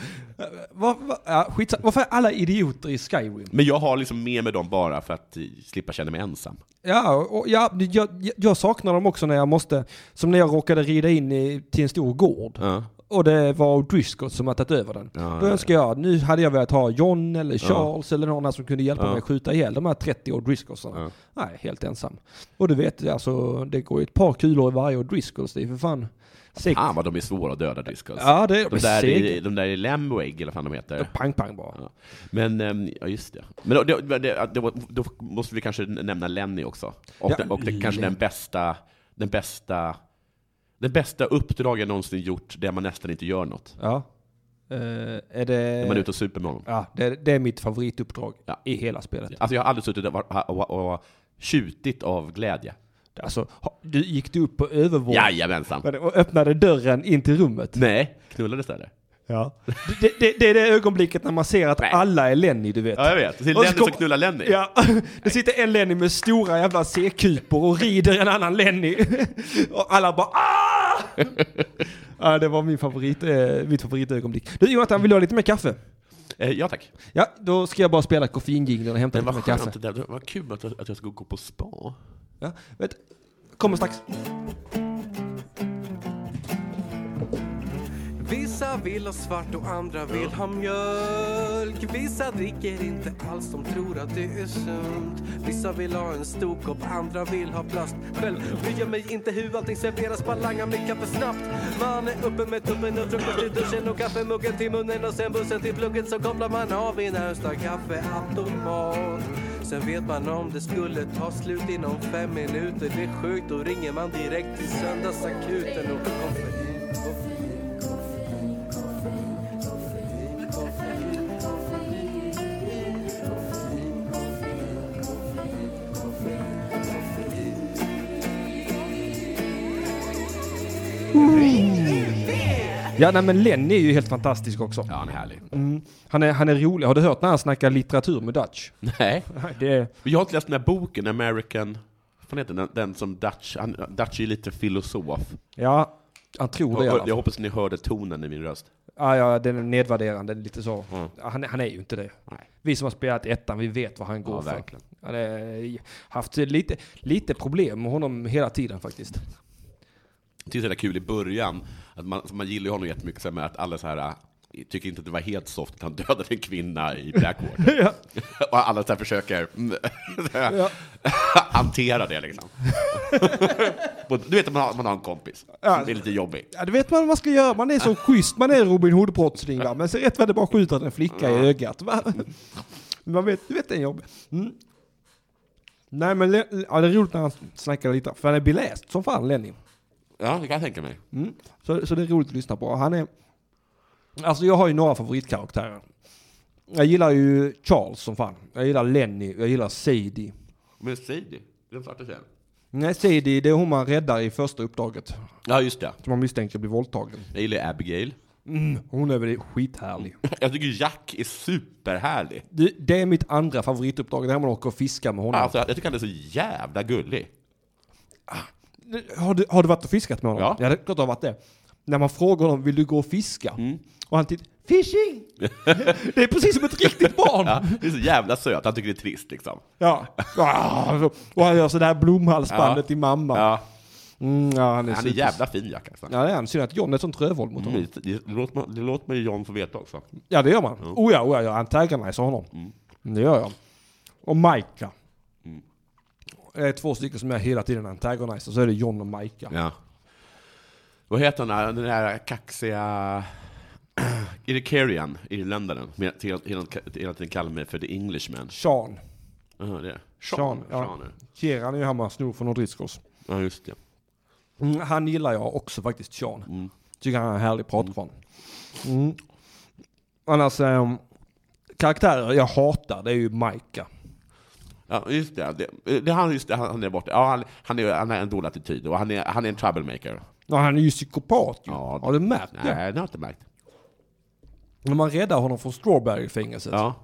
Var, var, ja, skitsa- varför är alla idioter i Skyrim?
Men jag har liksom med mig dem bara för att eh, slippa känna mig ensam.
Ja, och ja, jag, jag- jag saknar dem också när jag måste, som när jag råkade rida in i, till en stor gård.
Ja.
Och det var Driscoll som hade tagit över den.
Ja,
Då
ja,
önskar jag, nu hade jag velat ha John eller Charles eller någon här som kunde hjälpa
Ja.
mig att skjuta ihjäl de här 30 O'Driscollsarna.
Ja.
Nej, helt ensam. Och du vet, alltså, det går ju ett par kulor i varje O'Driscoll, så det är för fan... Sex.
Fan Ah, vad de är svåra att döda, Driscolls.
Ja, det är
De
de
alltså. där,
sega.
i, de där i Lamweg, eller vad fan de heter.
Pang, pang bara.
Ja. Men, ehm, ja just det. Men då, då, det- då, då måste vi kanske nämna Lenny också. Och,
Ja,
den, och den, kanske
Lenny.
den bästa, den bästa, den bästa uppdrag jag någonsin gjort, där man nästan inte gör något.
Ja. Eh, är det...
När man är ute och super med honom.
Ja, det, det är mitt favorituppdrag
Ja.
i hela spelet.
Alltså jag har aldrig suttit och, var- och, och tjutit av glädje.
Alltså, ha- du gick du upp på övervåningen
Jajamensan!
och öppnade dörren in till rummet?
Nej, knullades det eller?
Ja.
Det, det, det är det ögonblicket när man ser att alla är Lenny, du vet.
Ja, jag vet. Det är
Och så
Lenny
kom-
som knullar Lenny.
Ja, det sitter en Lenny med stora jävla C-kupor och rider en annan Lenny. Och alla bara ah! Ja, det var min favorit, eh, mitt favoritögonblick. Du Jonathan, vill du ha lite mer kaffe?
Eh, ja tack.
Ja, då ska jag bara spela koffeinjingeln och hämta
Det
lite
var
mer
skönt
kaffe.
det där. Det var kul att, att jag skulle gå på spa.
Ja, vet, kommer strax.
Vissa vill ha svart och andra vill ha mjölk. Vissa dricker inte alls, de tror att det är sunt. Vissa vill ha en stor kopp, andra vill ha plast. Själv bryr jag mig inte hur allting serveras, bara langar mig kaffe snabbt. Man är uppe med tuppen och druckit till duschen och kaffemuggen till munnen och sen bussen till plugget så kopplar man av i närmsta kaffeautomat. Sen vet man om det skulle ta slut inom fem minuter. Det är sjukt, då ringer man direkt till söndagsakuten och koffein.
Ja, nej, men Lenny är ju helt fantastisk också.
Ja, han är härlig.
Han, är, han är rolig. Har du hört när han snackar litteratur med Dutch?
Nej.
Nej, det är...
Men Jag har inte läst den här boken, American... Vad fan heter den? Den som Dutch... Han, Dutch är ju lite filosof.
Ja, han tror det i alla
Jag, jag
fall.
hoppas ni hörde tonen i min röst.
Ja, ja, den är nedvärderande, lite så. Ja, Han, han är ju inte det.
Mm. Nej.
Vi som har spelat ettan, vi vet vad han går
Ja,
för.
verkligen.
Han har haft lite, lite problem med honom hela tiden faktiskt.
Jag tyckte det var kul i början, att man, man gillar ju honom jättemycket, så här med att alla så här äh, tycker inte att det var helt soft att han dödade en kvinna i Blackwater.
Ja.
Och alla så här försöker mm, så här,
Ja.
hantera det liksom. du vet att man har, man har en kompis som är lite jobbig.
Ja, det vet man vad man ska göra. Man är så schysst. Man är Robin Hood-brottsling. va? Men så rätt vad det bara skjuter en flicka i ögat. Va? Man vet, du vet den jobb. Mm. Nej men Le- ja, det är roligt när han snackar lite. För han är beläst som fan Lenny.
Ja, det kan jag tänka mig.
Mm. Så, så det är roligt att lyssna på. Han är... Alltså jag har ju några favoritkaraktärer. Jag gillar ju Charles som fan. Jag gillar Lenny. Jag gillar Sadie.
Men Sadie, den svarta tjejen.
Nej Sadie, det är hon man räddar i första uppdraget.
Ja, just det.
Som man misstänker blir våldtagen.
Jag gillar Abigail.
Hon är väl skithärlig.
Jag tycker Jack är superhärlig.
Det, det är mitt andra favorituppdrag, när man åker och fiskar med honom.
Alltså, jag tycker han är så jävla gullig.
Har, du, har du varit och fiskat med honom?
Ja.
ja det är klart du har varit det. När man frågar honom, vill du gå och fiska?
Mm.
Och han tittar, fishing! det är precis som ett riktigt barn!
Ja, det är så jävla söt, han tycker det är trist liksom.
Ja. Ah, Och han gör sådär blomhalsbandet
Ja.
till mamma.
Ja,
Mm, ja, han är,
han är
super-
jävla fin Jack alltså.
Ja det är han. Synd att John är ett sånt rövhål mot honom.
Mm, Det, det, låter man, det låter man ju John få veta också.
Ja det gör man.
Mm.
Oh ja, oh ja, ja. han taggarniser honom. Mm, Det gör jag. Och Micah.
Mm.
Det är två stycken som jag hela tiden antagoniserar, så är det John och Micah.
Ja. Vad heter han, den där kaxiga... Är det Carrion, irländaren? som jag till- Hela hela tiden kallar mig för the Englishman.
Sean.
Jaha, det är
Sean, ja.
Sean, är det.
Kieran är ju han man snor från O'Driscolls.
ja, just det.
Mm, han gillar jag också faktiskt, Sean. Tycker han är en härlig pratkvarn. Mm. Annars, ehm, karaktärer jag hatar, det är ju Micah.
Ja, just det. det, det han, just det, han han är borta. Ja, han, han, är, han har en dålig attityd och han är, han är en troublemaker.
Ja, han är ju psykopat ju.
Ja,
Har du märkt
Nej, det
det?
har jag inte märkt.
När man räddar honom från Strawberry-fängelset.
Ja,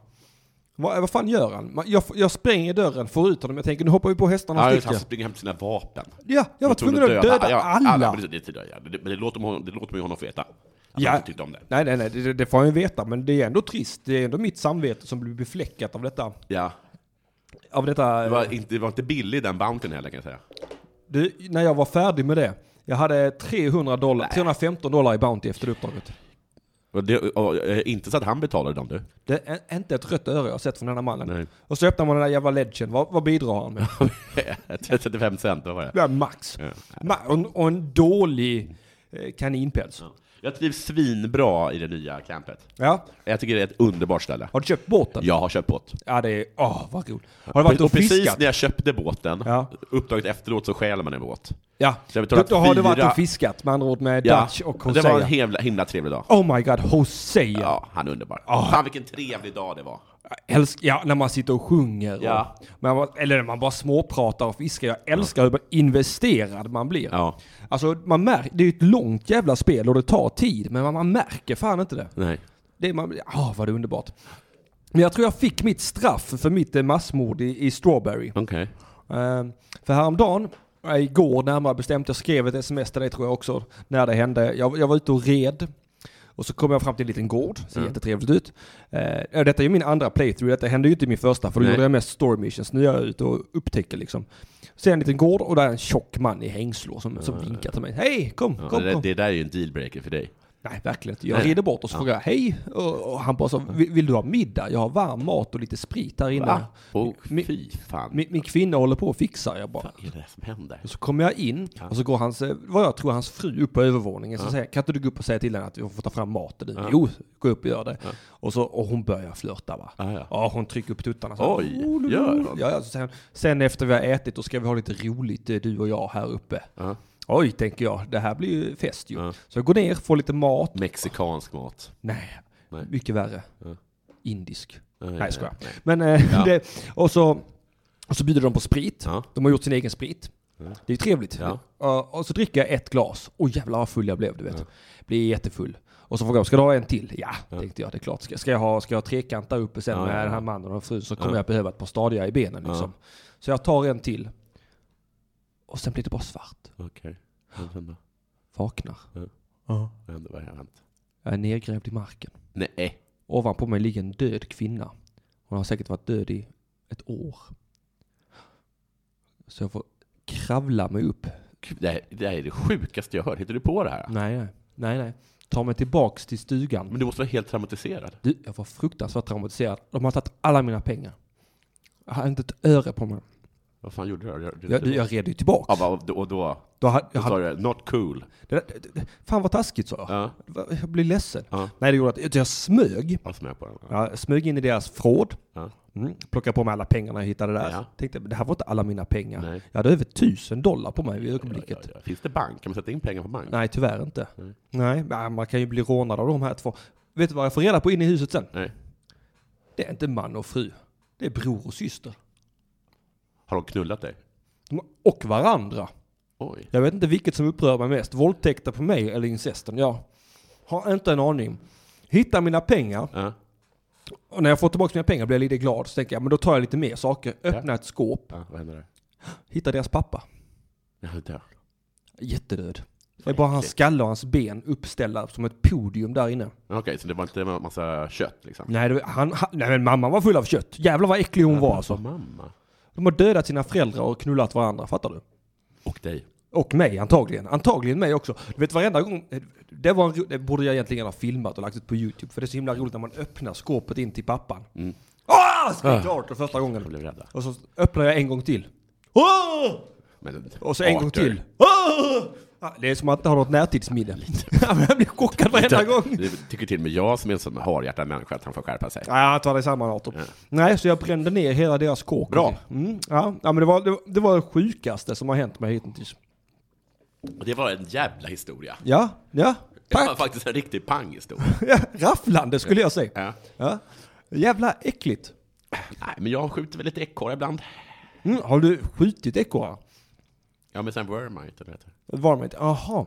Vad, vad fan gör han? Man- Jag, jag spränger dörren förut honom. Jag tänker nu hoppar vi på hästarna och
ja just,
sticker.
han springer hem till sina vapen.
Ja, jag var
tror
tvungen att döda,
ja,
alla.
precis, det, det, ja. det, men det låter man honom- det låter man ju honom få veta. Att
Ja.
han inte tyckte om det.
Nej, nej, nej, det, det får han ju veta. Men det är ändå trist. Det är ändå mitt samvete som blir befläckat av detta.
Ja.
Av detta eh,
Det var inte, det var inte billig den bounten heller kan jag säga.
Du, när jag var färdig med det, jag hade 300 dollar, 315 dollar i Bounty efter det uppdraget.
Och det, och, eh, inte så att han betalade dem du.
Det är en- inte ett rött öre jag har sett från den här mannen.
Nej.
Och så öppnar man den där jävla ledgen, vad, vad bidrar han med?
35 cent, vad var det?
Ja, max. Ma- och, en- och en dålig eh, kaninpäls. Ja.
Jag trivs svinbra i det nya campet. Jag tycker det är ett underbart ställe.
Har du köpt båten?
Jag har köpt båt.
Ja, det är, åh vad roligt. Har du varit och,
och precis
fiskat?
när jag köpte båten,
Ja.
uppdraget efteråt, så stjäl man en båt.
Ja,
Så jag
då,
betalar
då har du varit
fyra-
och fiskat med andra ord med Dutch och
det
Hosea.
var en himla, himla trevlig dag.
Oh my god, Hosea.
Ja, han är underbar. Fan vilken trevlig dag det var.
Jag älsk- ja, när man sitter och sjunger.
Ja.
Och, men man, eller när man bara småpratar och fiskar. Jag älskar hur investerad man blir.
Ja,
Alltså, man mär- det är ju ett långt jävla spel och det tar tid, men man, man märker fan inte det.
nej.
det är man, ah, vad det är underbart. Men jag tror jag fick mitt straff för mitt eh, massmord i, i Strawberry.
Okej.
Eh, för häromdagen, eh, igår närmare bestämt, jag skrev ett sms till dig tror jag också, när det hände. Jag, jag var ute och red. Och så kom jag fram till en liten gård, ser
Mm.
jättetrevligt ut. Eh, ja, detta är ju min andra playthrough, detta hände ju inte i min första för då
Nej.
gjorde jag mest story missions. Nu är jag ute och upptäcker liksom. Ser en liten gård och där är en tjock man i hängslår som, som vinkar till mig. Hej, kom,
Mm. Ja,
kom,
det,
kom.
det där är ju en dealbreaker för dig.
Nej, verkligen inte. Jag
Nej.
rider bort och så frågar jag hej. Och, och han bara så, vill vill du ha middag? Jag har varm mat och lite sprit här inne.
Va? Åh,
Min-
fy fan.
Min, min kvinna håller på och fixar. Jag bara,
Vad är det som händer?
och så kommer jag in och så går hans, eh, vad jag tror hans fru upp på övervåningen. Så säger jag, kan inte du gå upp och säga till henne att vi får ta fram maten nu? Jo, gå upp och gör det. Och, så, och hon börjar flörta va?
Ah, ja.
hon trycker upp tuttarna så här. "Oh,
Oj, gör hon?
Ja, ja, så säger hon, sen efter vi har ätit då ska vi ha lite roligt eh, du och jag här uppe.
Ja.
Oj, tänker jag, det här blir ju fest ju.
Ja.
Så jag går ner, får lite mat.
Mexikansk mat.
Nej,
Nej.
mycket värre.
Ja.
Indisk.
Nej,
Nej,
nej,
jag skojar. Men eh,
Ja.
det, och, så, och så bjuder de på sprit.
Ja.
De har gjort sin egen sprit. Det är ju trevligt.
Mm. Ja.
Ja, och så dricker jag ett glas. Oj jävlar vad full jag blev, du vet. Blir jättefull. Och så frågar de, ska du ha en till? Ja, tänkte jag, det är klart. Ska, ska jag ha, ska jag ha trekant där uppe sen
Ja,
med
ja, ja.
den här mannen och frun så kommer jag behöva ett par stadiga i benen liksom. Så jag tar en till. Och sen blir det bara svart.
Okej. Vad händer?
Vaknar.
Vad händer? Vad har hänt?
Jag är nedgrävd i marken.
Nej.
Ovanpå mig ligger en död kvinna. Hon har säkert varit död i ett år. Så jag får kravla mig upp.
Gud, Det här, det här är det sjukaste jag hört. Hittar du på det här?
Nej, nej. Nej, nej. Ta mig tillbaks till stugan.
Men du måste vara helt traumatiserad.
Du, jag var fruktansvärt traumatiserad. De har tagit alla mina pengar. Jag hade inte ett öre på mig.
Vad fan gjorde du? du, du,
Jag, du, jag red ju tillbaks.
Ja, va, och då,
Då hade,
då
jag
sa
hade,
du not cool.
det, där- det, det, fan vad taskigt sa jag.
Ja,
Va- Jag blev ledsen.
Ja.
Nej, det gjorde att jag, jag smög.
vad som är på den.
Jag smög in i deras förråd.
Ja.
Mm. Plockade på mig alla pengarna jag hittade där.
Ja.
Tänkte, men det här var inte alla mina pengar.
Nej.
Jag hade över tusen dollar på mig vid ögonblicket.
Ja, ja. Finns det bank? Kan man sätta in pengar på bank?
Nej, tyvärr inte. Nej, men man kan ju bli rånad av de här två. Vet du vad jag får reda på in i huset sen?
Nej.
Det är inte man och fru. Det är bror och syster.
Har de knullat dig?
De- Och varandra.
Oj.
Jag vet inte vilket som upprör mig mest. Våldtäkter på mig eller incesten. Jag har inte en aning. Hittar mina pengar.
Ja.
Och när jag får tillbaka mina pengar blir jag lite glad. Så tänker jag, men då tar jag lite mer saker. Öppnar ett skåp.
ja, vad händer där?
Hittar deras pappa.
Ja, det där.
Jättedöd. Det är bara hans skalle och hans ben uppställda som ett podium där inne.
Okej, så det var inte en massa kött liksom?
Nej, det, var- han, han, nej men mamman var full av kött. Jävlar vad äcklig hon var alltså.
mamma.
De har dödat sina föräldrar och knullat varandra, fattar du?
Och dig.
Och mig antagligen. Antagligen mig också. Du vet varenda gång. Det, var en, ro- det borde jag egentligen ha filmat och lagt ut på YouTube. För det är så himla roligt när man öppnar skåpet in till pappan. Mm. Ah! Skrek jag Arthur första
De
gången.
blev rädda.
Och så öppnar jag en gång till. Ah!
Men,
Och så en gång
Arthur.
till. Ah! Ah, Det är som att inte ha något närtidsminne. jag blir chockad varenda gång.
Det tycker till och med jag som är en sån harhjärtad människa att han får skärpa sig.
Nej, Ah, jag tar dig samman Arthur. Nej, så jag brände ner hela deras kåk.
Bra.
Mm, ja. ja, men det var det, var- det var det sjukaste som har hänt mig hittills.
Och det var en jävla historia.
Ja, ja.
Det
Tack.
var faktiskt en riktig panghistoria.
Ja, Rafflande skulle jag säga.
ja.
Ja. Jävla äckligt.
Nej, men jag skjuter väl lite ekorre ibland.
Mm, har du skjutit ekorrar?
Ja, men sen Wormite, eller vad heter det?
Det Var de inte? Jaha.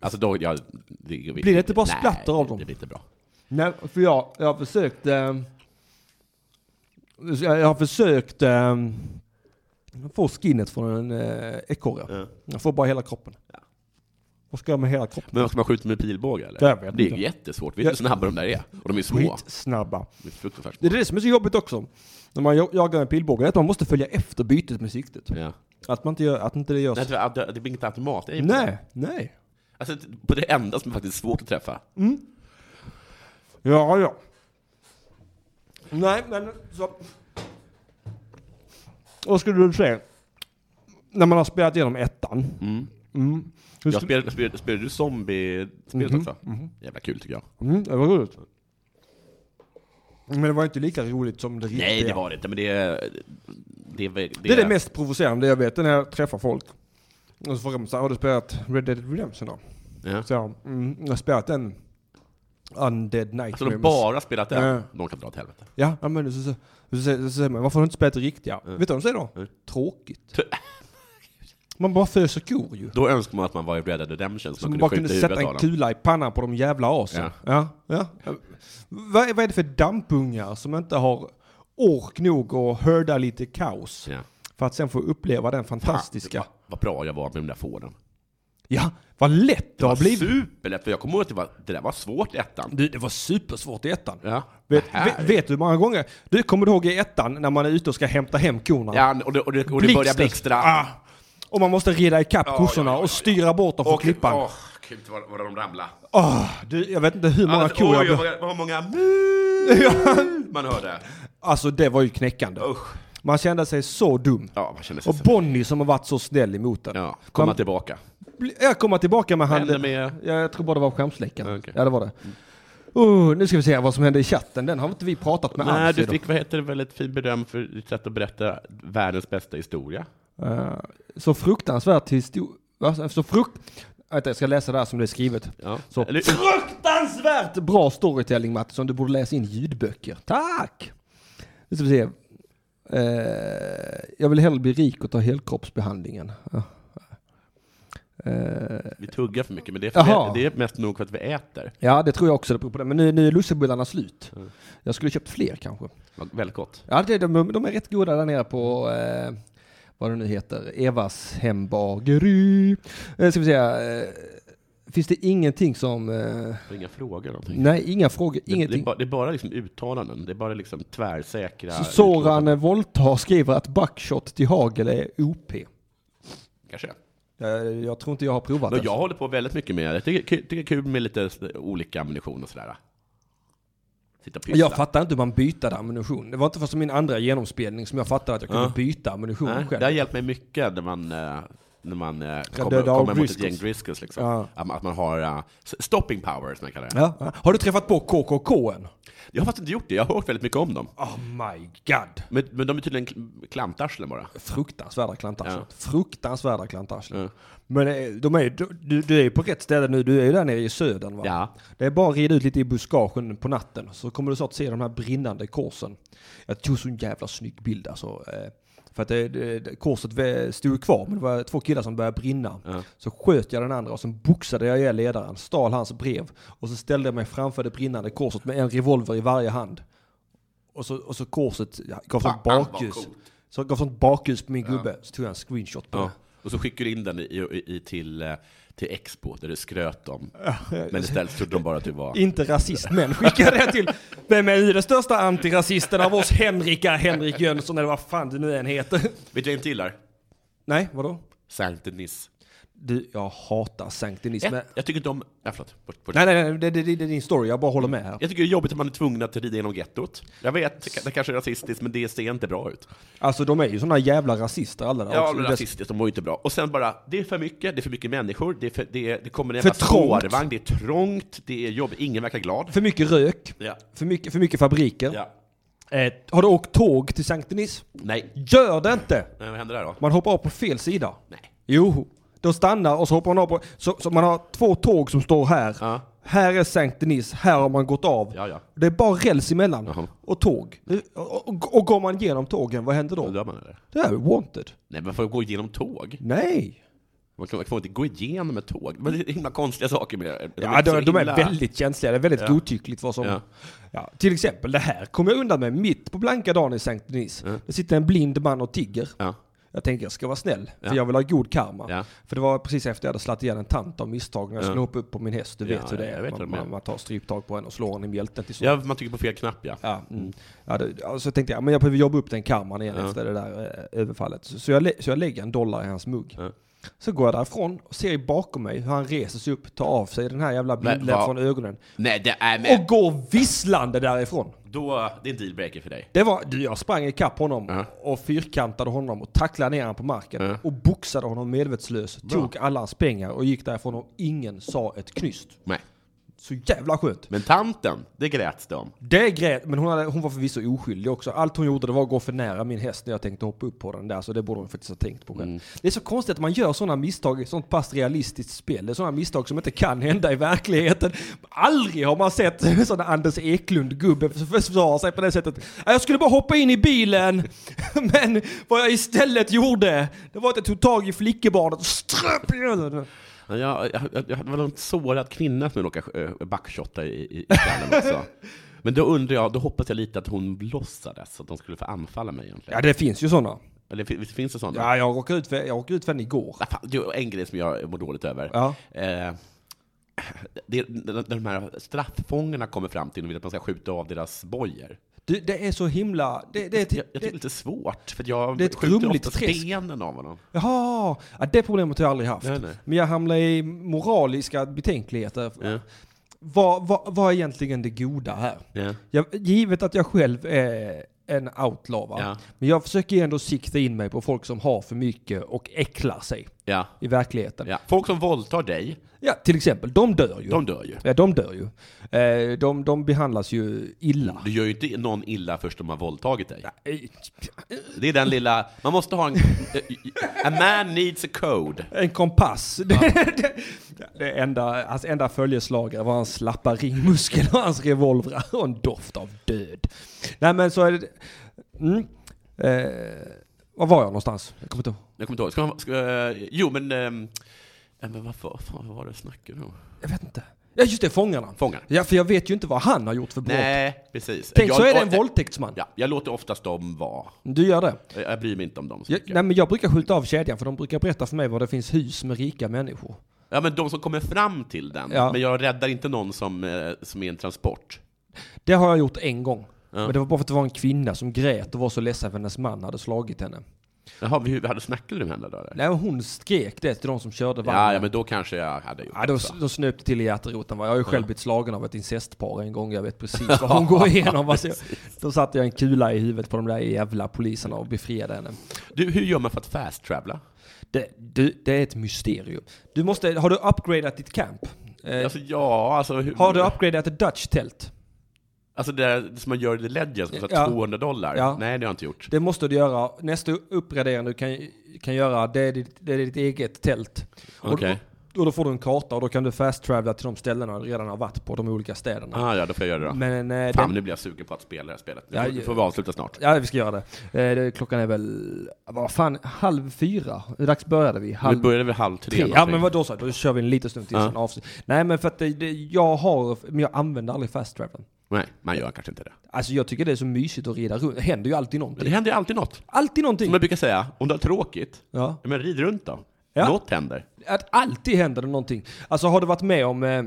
Alltså då, ja, det,
Blir det inte bara splatter av dem?
det blir inte bra.
Nej, för jag, jag har försökt... Eh, jag jag har försökt eh, få skinnet från en eh, ekorre. Jag får bara hela kroppen. Vad ska jag med hela kroppen?
Men vad ska man skjuta med pilbåge eller?
Jag vet
det är
inte.
ju jättesvårt. Vet du hur snabba de där är? Och de är små.
Skitsnabba.
De är fruktansvärt
Det
små.
är det som är så jobbigt också. När man jo- jagar med pilbåge, att man måste följa efter bytet med siktet.
Ja.
Att, man inte gör, att inte det görs...
Nej, tyvärr, det det blir inget automat. Det är ju-
nej, nej.
Alltså, på det enda som är faktiskt svårt att träffa.
Ja, ja. Nej, men så... Vad skulle du säga? När man har spelat igenom ettan.
Mm.
Mm. Hur
Jag
skulle-
spelade, spelade, spelade du zombie-spelet också? Jävla kul tycker jag.
Mhm, Mm, det var roligt. Men det var inte lika roligt som det riktiga.
Nej, det var det inte, men det är... Det är, väl-
Det är det mest provocerande jag vet, när jag träffar folk. Och så frågar man så här, har du spelat Red Dead Redemption då?
Ja.
Så jag, mm, jag har spelat den Undead Nightmares.
Så alltså, de bara spelat den?
Ja.
De kan dra åt helvete.
Ja, ja men så, så, så, så, så säger man varför har du inte spelat det riktiga? Vet du vad de säger då? Tråkigt. Man bara föser kor ju.
Då önskar man att man var i Red Dead Redemption så
Som
man
bara
kunde
kunde
skjuta
sätta
i huvudet
en
av dem.
kula i pannan på de jävla asen. Ja. Ja, Vad, är- vad är det för dampungar som inte har ork nog att hörda lite kaos?
Ja. Ah,
För att sen få uppleva den fantastiska.
Vad, vad bra jag var med de där fåren.
Ja, vad lätt det har
Vad
blivit.
Superlätt, för jag kommer ihåg att det, var, det där var svårt i ettan.
Du, det var supersvårt i ettan.
Ja.
Vet,
Det här-
vet, vet du hur många gånger? Du kommer du ihåg i ettan när man är ute och ska hämta hem korna?
Ja, och det, och det, och det börjar
Blixten.
blixtra.
Ah. Och man måste rida ikapp
Ja,
kossorna
ja, ja, ja.
och styra bort dem från
Och
klippan.
Åh, gud vad, vad de ramlade.
Ah, du, jag vet inte hur många
Alltså,
kor
oj,
jag...
vad, vad många mu man hörde.
Alltså det var ju knäckande.
Usch.
Man kände sig så dum.
Ja, man kände sig
Och
så...
Bonnie som har varit så snäll emot en.
Ja, komma
Man-
tillbaka.
Bli- Jag kommer tillbaka med handen.
Händer med-
Ja, jag tror bara det var skärmsläckaren.
Okej.
Ja, det var det. Oh, nu ska vi se vad som hände i chatten. Den har inte vi pratat med
Nej,
alls
du
idag.
fick, vad heter det, väldigt fint beröm för ditt sätt att berätta världens bästa historia.
Eh, så fruktansvärt histor... va? Så frukt... Vänta, jag ska läsa det här som det är skrivet.
Ja.
Så.
Eller,
Fruktansvärt bra storytelling Mattisson. Du borde läsa in ljudböcker. Tack! Nu ska vi se. Eh, jag vill hellre bli rik och ta helkroppsbehandlingen. Ja. Eh,
vi tuggar för mycket, men det är, för
Jaha.
det är mest nog för att vi äter.
ja, det tror jag också det beror på det. Men nu, nu är lussebullarna slut. Jag skulle köpt fler kanske.
Vad- Väldigt gott.
Ja, det, de, de är rätt goda där nere på eh, vad det nu heter, Evas hembageri. Eh, ska vi säga, eh, finns det ingenting som, eh,
Det är Inga frågor någonting.
nej inga frågor,
Det, det, är
ingenting.
bara, det är bara liksom uttalanden, det är bara liksom tvärsäkra...
Så
utlåtanden.
Soran eh, Volta skriver att buckshot till hagel är OP.
Kanske.
Eh, jag tror inte jag har provat
Men
det.
jag håller på väldigt mycket med, jag tycker, ty- tycker det är kul med lite s- olika ammunition och sådär. Sitta och pyssla.
Jag fattar inte hur man byter ammunition. Det var inte förrän min andra genomspelning som jag fattade att jag kunde
Ja.
byta ammunition
Nej,
själv.
Det har hjälpt mig mycket när man, eh, när man eh, kommer,
döda av
kommer mot ett
Driscolls.
gäng Driscolls. Liksom.
Ja.
Att man- Att man har eh, s- stopping power, som jag kallar det.
Ja. ja. Har du träffat på KKK än?
Jag har faktiskt inte gjort det, jag har hört väldigt mycket om dem.
Oh my god.
Men, men de är tydligen kl- klantarslen bara.
fruktansvärda klantarslen.
Ja.
Fruktansvärda klantarslen.
Mm.
Men eh, de är, du, du är ju på rätt ställe nu. Du är ju där nere i södern va?
Ja.
Det är bara att rida ut lite i buskagen på natten. Så kommer du snart se de här brinnande korsen. Jag tog så en jävla snygg bild alltså. eh, För att det, det, det- korset vä- stod kvar, men det var två killar som började brinna.
Ja.
Så sköt jag den andra och sen boxade jag ihjäl ledaren, stal hans brev. Och så ställde jag mig framför det brinnande korset med en revolver i varje hand. Och så, och så korset ja, gav
Fan,
sånt
vad
bakljus.
coolt.
Så gav sånt bakljus på min gubbe, så tog jag en screenshot på
Ja. Och så skickar du in den i, i, i, till, eh, till Expo, där du skröt om. Men istället trodde de bara att du var...
det. Inte rasist, men skickade det till Vem är ju den största antirasisten av oss? Henrika Henrik Jönsson eller vad fan du nu än heter.
Vet du vad jag inte gillar?
Nej, vadå?
Sankt Denis.
Du, jag hatar sanktinism.
Ett, Eh, jag tycker inte om... Ja, förlåt. Bort, bort.
Nej, nej, nej, det, det, det är din story. Jag bara håller med här.
Jag tycker det är jobbigt att man är tvungen att rida genom gettot. Jag vet, det kanske är rasistiskt, men det ser inte bra ut.
Alltså de är ju såna jävla rasister alla där.
Ja,
också.
men
Det-
rasistiskt, de mår ju inte bra. Och sen bara, det är för mycket, det är för mycket människor, det, är för, det, är, det kommer en
För
jävla
trångt.
spårvagn, det är trångt, det är jobbigt, ingen verkar glad.
För mycket rök,
Ja.
för mycket, för mycket fabriker.
ja.
Eh, har du åkt tåg till Sankt Denis?
Nej.
Gör det inte!
Men vad händer där då?
Man hoppar av på fel sida.
Nej.
Jo, då stannar och så hoppar man av på... Så, så man har två tåg som står här.
Ja.
Här är Sankt Denis, här har man gått av.
Ja, ja.
Det är bara räls emellan
Jaha.
och tåg. Och, och, och går man igenom tågen, vad händer
Då
då?
dör man eller?
Det här är wanted.
Nej, men får gå igenom tåg?
Nej!
Man kan- man får inte gå igenom ett tåg. Men det är himla konstiga saker med det.
Ja,
så
de, de är
himla-
väldigt känsliga. Det är väldigt
Ja.
godtyckligt vad som... Ja.
Ja.
till exempel det här kommer jag undan med mitt på blanka dagen i Sankt Denis. Det sitter en blind man och tigger.
Ja.
Jag tänker jag ska vara snäll, för
Ja.
jag vill ha god karma.
Ja.
För det var precis efter jag hade slagit igen en tant av misstag när jag skulle hoppa upp på min häst. Du
Ja,
vet hur det
jag
är.
vet vad
man,
du menar.
man, man tar stryptag på henne och slår henne i mjälten till så.
ja, man trycker på fel knapp ja.
Ja, mm. ja, det, ja, så tänkte jag, men jag behöver jobba upp den karman igen efter det där eh, överfallet. Så, så, jag, lä- så jag lägger en dollar i hans mugg.
Ja.
Så går jag därifrån och ser bakom mig hur han reser sig upp, tar av sig den här jävla
vad-
blindlän från ögonen
Nej, det är men
och går visslande därifrån.
då, det är en dealbreaker för dig.
Det var, du, jag sprang ikapp honom
Ja.
och fyrkantade honom och tacklade ner honom på marken
Ja.
och boxade honom medvetslös, tog alla hans pengar och gick därifrån och ingen sa ett knyst.
Nej.
Så jävla skönt.
Men tanten, det grät de om.
Det grät, men hon, hade, hon var förvisso oskyldig också. Allt hon gjorde det var att gå för nära min häst när jag tänkte hoppa upp på den där, så det borde hon faktiskt ha tänkt på själv. Det är så konstigt att man gör sådana misstag i ett sånt pass realistiskt spel. Det är sådana misstag som inte kan hända i verkligheten. Aldrig har man sett sådana Anders Eklund-gubbe försvara sig på det sättet. "Ja, Jag skulle bara hoppa in i bilen, men vad jag istället gjorde, det var att jag tog tag i flickebarnet och ströp i den.
Men Jag, jag, jag, jag hade väl en sårad kvinna som jag råkade eh, backshotta i, i, i skallen också. Men då undrar jag, då hoppas jag lite att hon låtsades att de skulle få anfalla mig egentligen.
Ja, det finns ju sådana.
Eller fin- visst finns det sådana?
Ja, jag råkade ut för, jag råkade ut för den igår.
Ah, fan, det är en grej som jag mår dåligt över.
Ja.
Eh, det, är när de här straffångerna kommer fram till och vill att man ska skjuta av deras bojor.
Du, det är så himla... Det, det,
Jag, jag
det,
tycker det är lite svårt, för jag
det är ett
skjuter
grumligt
ofta
träsk.
stenen av honom.
Jaha! Ja, det problemet har jag aldrig haft.
Nej, nej.
Men jag hamnar i moraliska betänkligheter.
Ja,
Vad, vad, vad är egentligen det goda här?
ja,
Jag, givet att jag själv är en outlaw, va?
Ja.
men jag försöker ju ändå sikta in mig på folk som har för mycket och äcklar sig
ja,
i verkligheten.
ja. Folk som våldtar dig,
Ja, till exempel, de dör ju.
de dör ju.
Ja, de dör ju. Eh, De, de behandlas ju illa.
Du gör ju inte någon illa först de har våldtagit dig.
Eh,
Det är den lilla, man måste ha en... eh, A man needs a code.
En kompass. det, det enda, hans enda följeslagare var hans slappa ringmuskel och hans revolvrar och en doft av död. Nej men så är det... Mm. Eh, var var jag någonstans? Jag kommer inte ihåg.
Jag kommer inte ihåg. Ska, man- ska, jo, men... ehm, eh, men varför, vad fan vad var det jag snackade om?
Jag vet inte. Ja just det, fångarna.
Fångar.
Ja för jag vet ju inte vad han har gjort för brott.
Nej, precis.
Tänk
Jag-
så är det en
och-
våldtäktsman.
Ja, jag låter oftast dem vara.
Du gör det.
Jag- Jag bryr mig inte om dem så
Jag,
mycket.
nej men jag brukar skjuta av kedjan för de brukar berätta för mig var det finns hus med rika människor.
Ja, men de som kommer fram till den.
Ja.
Men jag räddar inte någon som, eh, som är en transport.
Det har jag gjort en gång. Men det var bara för att det var en kvinna som grät och var så ledsen för att hennes man hade slagit henne.
Jaha, vi vi hade snackat om det här då? eller?
Nej, men hon skrek det till de som körde vagnen.
Ja, ja, men då kanske jag hade gjort
Ja,
det
då,
också.
då snöp det till i hjärteroten. va. Jag har ju själv blivit slagen av ett incestpar en gång. Jag vet precis vad hon går igenom. va. Så jag, då satte jag en kula i huvudet på de där jävla poliserna och befriade henne.
Du, hur gör man för att fast-travla?
Eh. Det, du, det är ett mysterium. Du måste, har du upgradat ditt camp? Eh,
Alltså, ja, alltså... Hur,
har du upgradat ett Dutch tält?
Alltså det där som man gör i The Legends, som kostar
Ja.
200 dollar.
Ja.
Nej, det har jag inte gjort.
Det måste du göra. Nästa uppgradering du kan, kan göra, det är ditt, det är ditt eget tält. Och,
Okej.
och, och då får du en karta och då kan du fast-travla till de ställena du redan har varit på, de olika städerna.
Ah, ja, då får jag göra det då.
Men eh,
Fan,
den-
nu blir jag sugen på att spela det här spelet. Nu
Ja,
får- nu
ja.
får vi avsluta snart.
Ja, vi ska göra det. Eh, det. Klockan är väl, vad fan, halv fyra? Hur dags började vi?
Nu
Halv
börjar det väl halv tre.
tre? Ja,
någonting.
men vad då så? Då kör vi en liten stund till
Ja.
sen avsnitt. Nej, men för att det, det, jag har, men jag använder aldrig fast traveln.
Nej, man gör kanske inte det.
Alltså jag tycker det är så mysigt att rida runt. Det händer ju alltid
Men
någonting.
det händer ju alltid något.
Alltid
Som
någonting!
jag brukar säga, om du har tråkigt,
Ja.
ja, men rid runt då.
Ja.
Något händer.
Att alltid händer det någonting. Alltså har du varit med om, eh,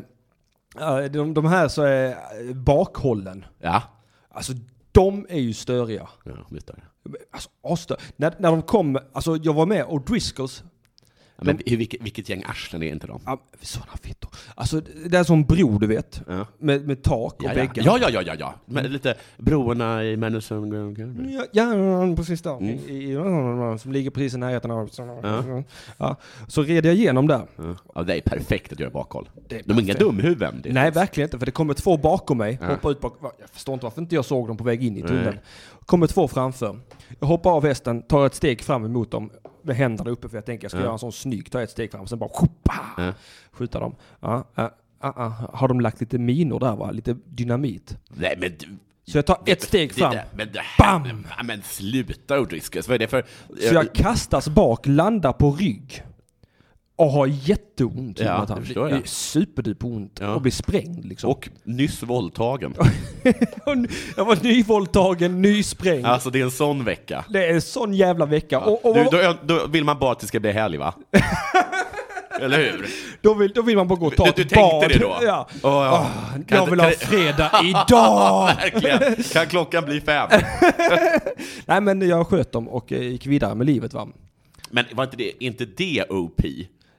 eh, de, de här så är eh, bakhållen.
Ja.
Alltså de är ju störiga.
Ja, visst är det.
Alltså astö- när, när de kom, alltså jag var med och Driscolls
Ja, men hur- vilket, vilket gäng arslen är inte de?
Ja, men sådana fittor. Alltså det är som bro du vet.
Ja.
Med, med tak och
Ja, ja,
väggar.
ja, ja, ja, ja, ja. Men lite broarna i Madison Grove Garden.
Ja, ja, precis där. I, i, som ligger precis i närheten av... Mm. Ja. så red jag igenom där.
Ja. Ja, det är perfekt att göra bakhåll.
Det är
De är inga
perfekt.
dumhuvuden. Det är-
Nej, verkligen inte. För det kommer två bakom mig. Hoppar ut bak. Jag förstår inte varför inte jag såg dem på väg in i tunneln. Kommer två framför. Jag hoppar av hästen, tar ett steg fram emot dem med händerna uppe för jag tänker jag ska göra en sån snygg. Ta ett steg fram och sen bara skjupa, skjuta dem. Ja, ja, ja, ja. Har de lagt lite minor där va? Lite dynamit.
Nej, men du...
Så jag tar ett steg fram.
Det, men det här,
Bam!
Ja, Men sluta Odriscus, vad är det för...
Så jag kastas bak, landar på rygg. Och har jätteont
Ja,
Jonathan.
det förstår jag.
Superduper ont.
Ja.
Och blir sprängd liksom.
Och nyss våldtagen.
jag var nyvåldtagen, nysprängd.
Alltså det är en sån vecka.
Det är en sån jävla vecka. Och, och,
Du, då, då vill man bara att det ska bli helg va? Eller hur?
då, vill, då vill man bara gå och ta
Du,
ett
du
bad.
tänkte det då?
Ja.
Åh, ja.
Ah,
Kan-
jag vill
kan
ha
det-
fredag idag!
Verkligen. Kan klockan bli fem?
Nej men jag sköt dem och eh, gick vidare med livet va.
Men var inte det, inte det OP?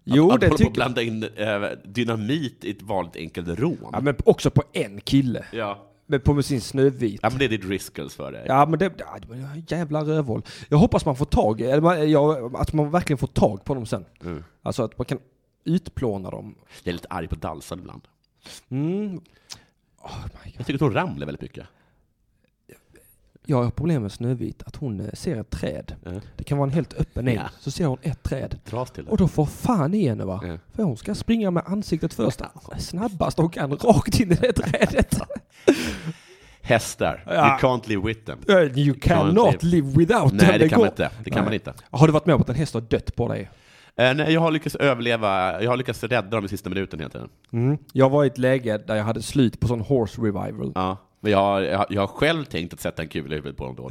Jo,
att, att
det
hålla på
tycker
att blanda in eh, dynamit i ett vanligt enkelt rån.
Ja, men också på en kille.
Ja.
Men på med sin snövit.
ja, men det är det Driscolls för dig.
Ja men det, ja, det var en jävla rövhål. Jag hoppas man får tag, i- eller man, ja, att man verkligen får
Mm.
tag på dem sen. Alltså att man kan utplåna dem.
Jag är lite arg på Dalsad ibland.
Mm.
Jag tycker att hon ramlar väldigt mycket.
Jag har problem med Snövit, att hon eh, ser ett träd.
Ja.
Det kan vara en helt öppen eld,
Ja.
så ser hon ett träd.
Dras till det.
Och då får fan i henne va?
Ja.
För hon ska springa med ansiktet först, snabbast hon kan, rakt in i det trädet.
Hästar,
Ja.
you can't live with them.
Eh, You cannot live without them.
Nej, det kan
går-
man inte. Det kan man
Nej.
inte.
Har du varit med om att en häst har dött på dig?
Eh, nej, jag har lyckats överleva, jag har lyckats rädda dem i sista minuten hela tiden.
Jag var i ett läge där jag hade slut på sån horse revival.
Ja. Men jag, har- jag, har- jag har själv tänkt att sätta en kula i huvudet på dem då.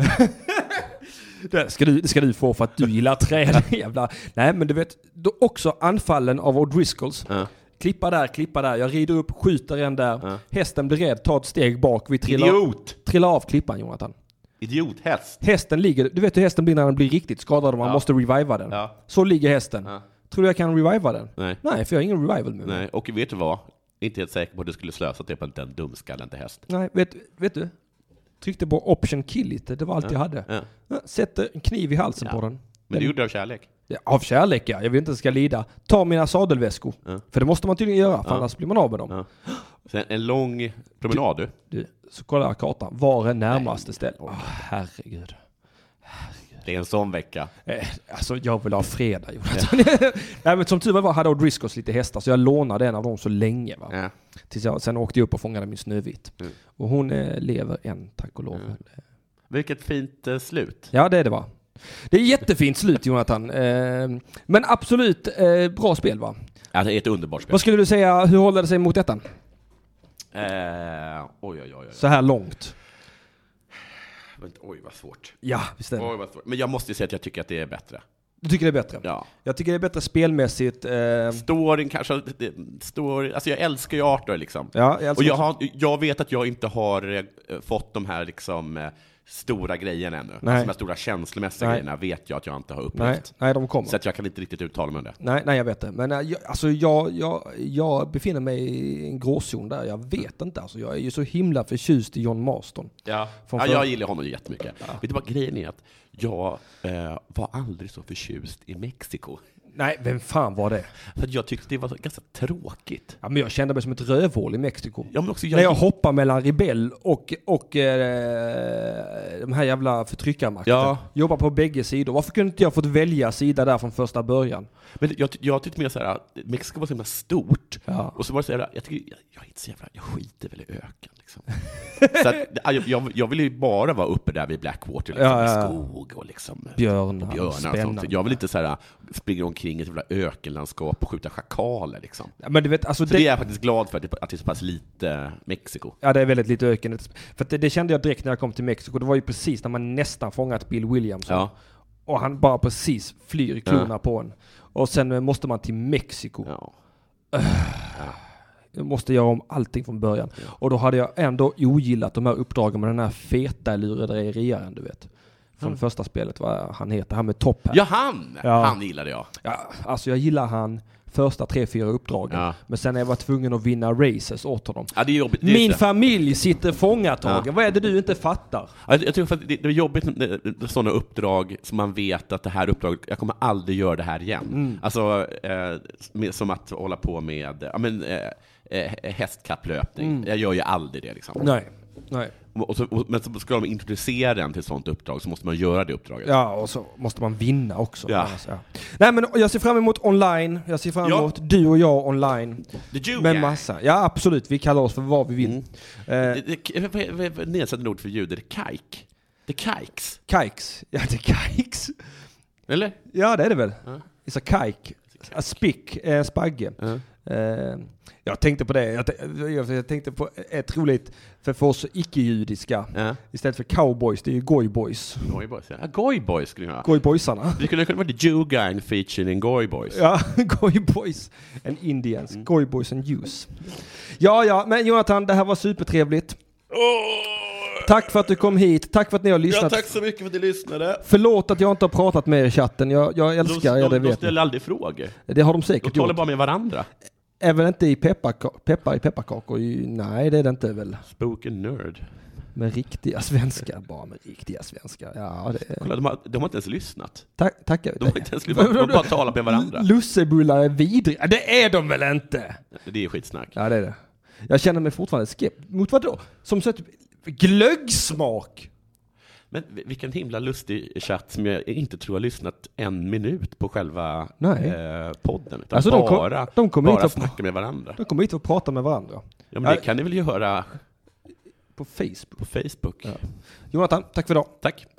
Det ska, du, det ska du få för att du gillar träd. Jävla. Nej, men du vet, då också anfallen av O'Driscolls.
Ja.
Klippa där, klippa där. Jag rider upp, skjuter en där. Hästen blir rädd, tar ett steg bak. Vi trillar,
Idiot!
trillar av klippan, Jonathan.
Idiothäst!
Hästen ligger, du vet hur hästen blir när den blir riktigt skadad och man måste reviva den.
Ja.
Så ligger hästen. Tror du jag kan reviva den?
Nej.
Nej, för jag har ingen revival nu.
Nej, och vet du vad? Inte helt säker på att du skulle slösa det på en den dumskallen till häst.
Nej, vet, vet du? Tryckte på option kill lite, det var allt jag hade.
Ja.
Ja, Sätter en kniv i halsen på den.
Men det gjorde du av kärlek.
Ja, Av kärlek ja, jag vill inte att det ska lida. Ta mina sadelväskor. För det måste man tydligen göra, för annars blir man av med dem.
Ja. Sen en lång promenad du.
Du, så kollar jag kartan, var är närmaste Ah, ställe? Åh, herregud.
Det är en sån vecka.
Eh, alltså jag vill ha fredag Jonathan. Nej men som tur var hade O'Driscolls lite hästar, så jag lånade en av dem så länge. Va?
Ja.
Tills jag sen åkte jag upp och fångade min Snövit. Och hon eh, lever än, tack och lov.
Vilket fint eh, slut.
Ja, det är det va. Det är jättefint slut Jonathan. Eh, men absolut eh, bra spel va?
Ja, det är ett underbart spel.
Vad skulle du säga, hur håller det sig mot detta?
Eh, oj, oj, oj. oj.
Så här långt.
Vänta, oj, vad svårt.
Ja, visst är det.
Oj, vad svårt. Men jag måste ju säga att jag tycker att det är bättre.
Du tycker det är bättre?
Ja.
Jag tycker det är bättre spelmässigt. Eh, ja,
Storyn kanske, det- det- story, alltså jag älskar ju Arthur liksom.
jag älskar
och jag,
också-
har, jag vet att jag inte har eh, fått de här liksom eh, stora grejerna ännu. Alltså de här stora känslomässiga
Nej.
grejerna vet jag att jag inte har upplevt.
nej, nej, de kommer.
Så att jag kan inte riktigt uttala mig om det.
Nej, nej, jag vet det. Men eh, jag, alltså, jag, jag, jag befinner mig i en gråzon där. Jag vet inte. Alltså, jag är ju så himla förtjust i John Marston.
Ja.
Från
Ja,
förr.
jag gillar honom ju jättemycket. Vet du vad grejen är? Att jag eh, var aldrig så förtjust i Mexiko.
Nej, vem fan var det?
För att jag tyckte det var så, ganska tråkigt.
Ja, men jag kände mig som ett rövhål i Mexiko.
Ja, men också
När jag hoppar mellan Rebell och, och eh, de här jävla förtryckarmakten.
Ja.
Jobbar på bägge sidor. Varför kunde inte jag fått välja sida där från första början?
Men jag, ty- jag tyckte mer så här, att Mexiko var så himla stort.
Ja.
Och så var det så här, jag, tycker, jag, jag är inte så jävla, jag skiter väl i öken liksom. så att, ja, jag, jag, jag vill ju bara vara uppe där vid Blackwater, liksom,
Ja, ja, ja.
i skog och liksom
Björnar,
björnar och
spännande.
sånt. Jag vill inte så här, springa omkring i ett jävla ökenlandskap och skjuta schakaler liksom.
Ja, Men du vet, alltså
Så det, är jag faktiskt glad för, att det- att det är så pass lite Mexiko.
Ja, det är väldigt lite öken. För att det, det kände jag direkt när jag kom till Mexiko. Det var ju precis när man nästan fångat Bill Williams.
Ja.
Och han bara precis flyr i klorna på en. Och sen eh, måste man till Mexiko.
Ja.
Jag måste göra om allting från början. Och då hade jag ändå ogillat de här uppdragen med den här feta lurendrejeriaren, du vet. Från första spelet, vad han heter, han med topp här.
Mm. ja, han!
Ja.
Han gillade jag.
Ja, alltså jag gillar han första tre, fyra uppdragen.
Ja.
Men sen när jag var tvungen att vinna races åt honom.
Ja, det är jobbigt. Det är
Min
så-
familj sitter fångatagen. Vad är det du inte fattar?
Ja, Jag, jag tycker faktiskt det, det är jobbigt med med sådana uppdrag som man vet att det här uppdraget, jag kommer aldrig göra det här igen.
Mm.
Alltså, eh, med, som att hålla på med ja, men, eh, eh, hästkapplöpning. Jag gör ju aldrig det. Liksom.
Mm. Nej. Nej.
Och så, och, men så ska de introducera den till ett sådant uppdrag så måste man göra det uppdraget.
Ja, och så måste man vinna också.
Ja.
Annars, ja. Nej, men jag ser fram emot online. Jag ser fram
Ja.
emot du och jag online.
The Jew
Med
Gang.
massa. Ja, absolut. Vi kallar oss för vad vi vill. Eh,
Mm. Det- det- vad är- vad är- vad är Nedsättande ord för juder, kajk. The kajks,
kajks. Ja, det är kajks.
eller?
Ja, det är det väl. It's a kajk. A spick, en spagge. Eh, jag tänkte på det. Jag, t- jag- jag tänkte på eh, ett roligt, för, för oss icke-judiska.
Ja.
Istället för cowboys, det är ju goyboys.
Goyboys, ja. Ja, Goyboys skulle jag ha.
Goyboysarna.
Det skulle kunna vara The Jew Gang featuring Goyboys.
Ja, Goy Boys and Indians.
Mm.
Goy Boys and Jews. Ja, ja, men Jonathan, det här var supertrevligt. Tack för att du kom hit. Tack för att ni har
Ja,
lyssnat.
tack så mycket för att ni lyssnade.
Förlåt att jag inte har pratat med er i chatten. Jag, jag älskar
de,
er, det
de, de
vet
ställer aldrig frågor.
ni. Det har de
De
säkert
talar
gjort.
bara med varandra.
Även inte i pepparka- peppar i pepparkakor. ju- Nej, det är det inte väl.
Spoken nerd.
Med riktiga svenskar. Bara med riktiga svenskar. Ja, det är...
Kolla, de har, de har inte ens lyssnat.
Tack, tackar.
De har inte ens lyssnat. De bara talar med varandra.
Lussebullar är vidriga. Det är de väl inte?
Det är skitsnack.
Ja, det är det. Jag känner mig fortfarande skeptisk. Mot vad då? Som så här typ glöggsmak?
Men vi- vilken himla lustig chatt som jag inte tror har lyssnat en minut på själva
Nej.
Eh, podden. Utan
Alltså, de kom-
bara,
de kommer
bara
hit och-
snacka med varandra.
De kommer hit och pratar med varandra.
Ja, men det
Ja.
kan ni väl göra
På Facebook.
på Facebook?
Ja. Jonathan, tack för idag.
Tack.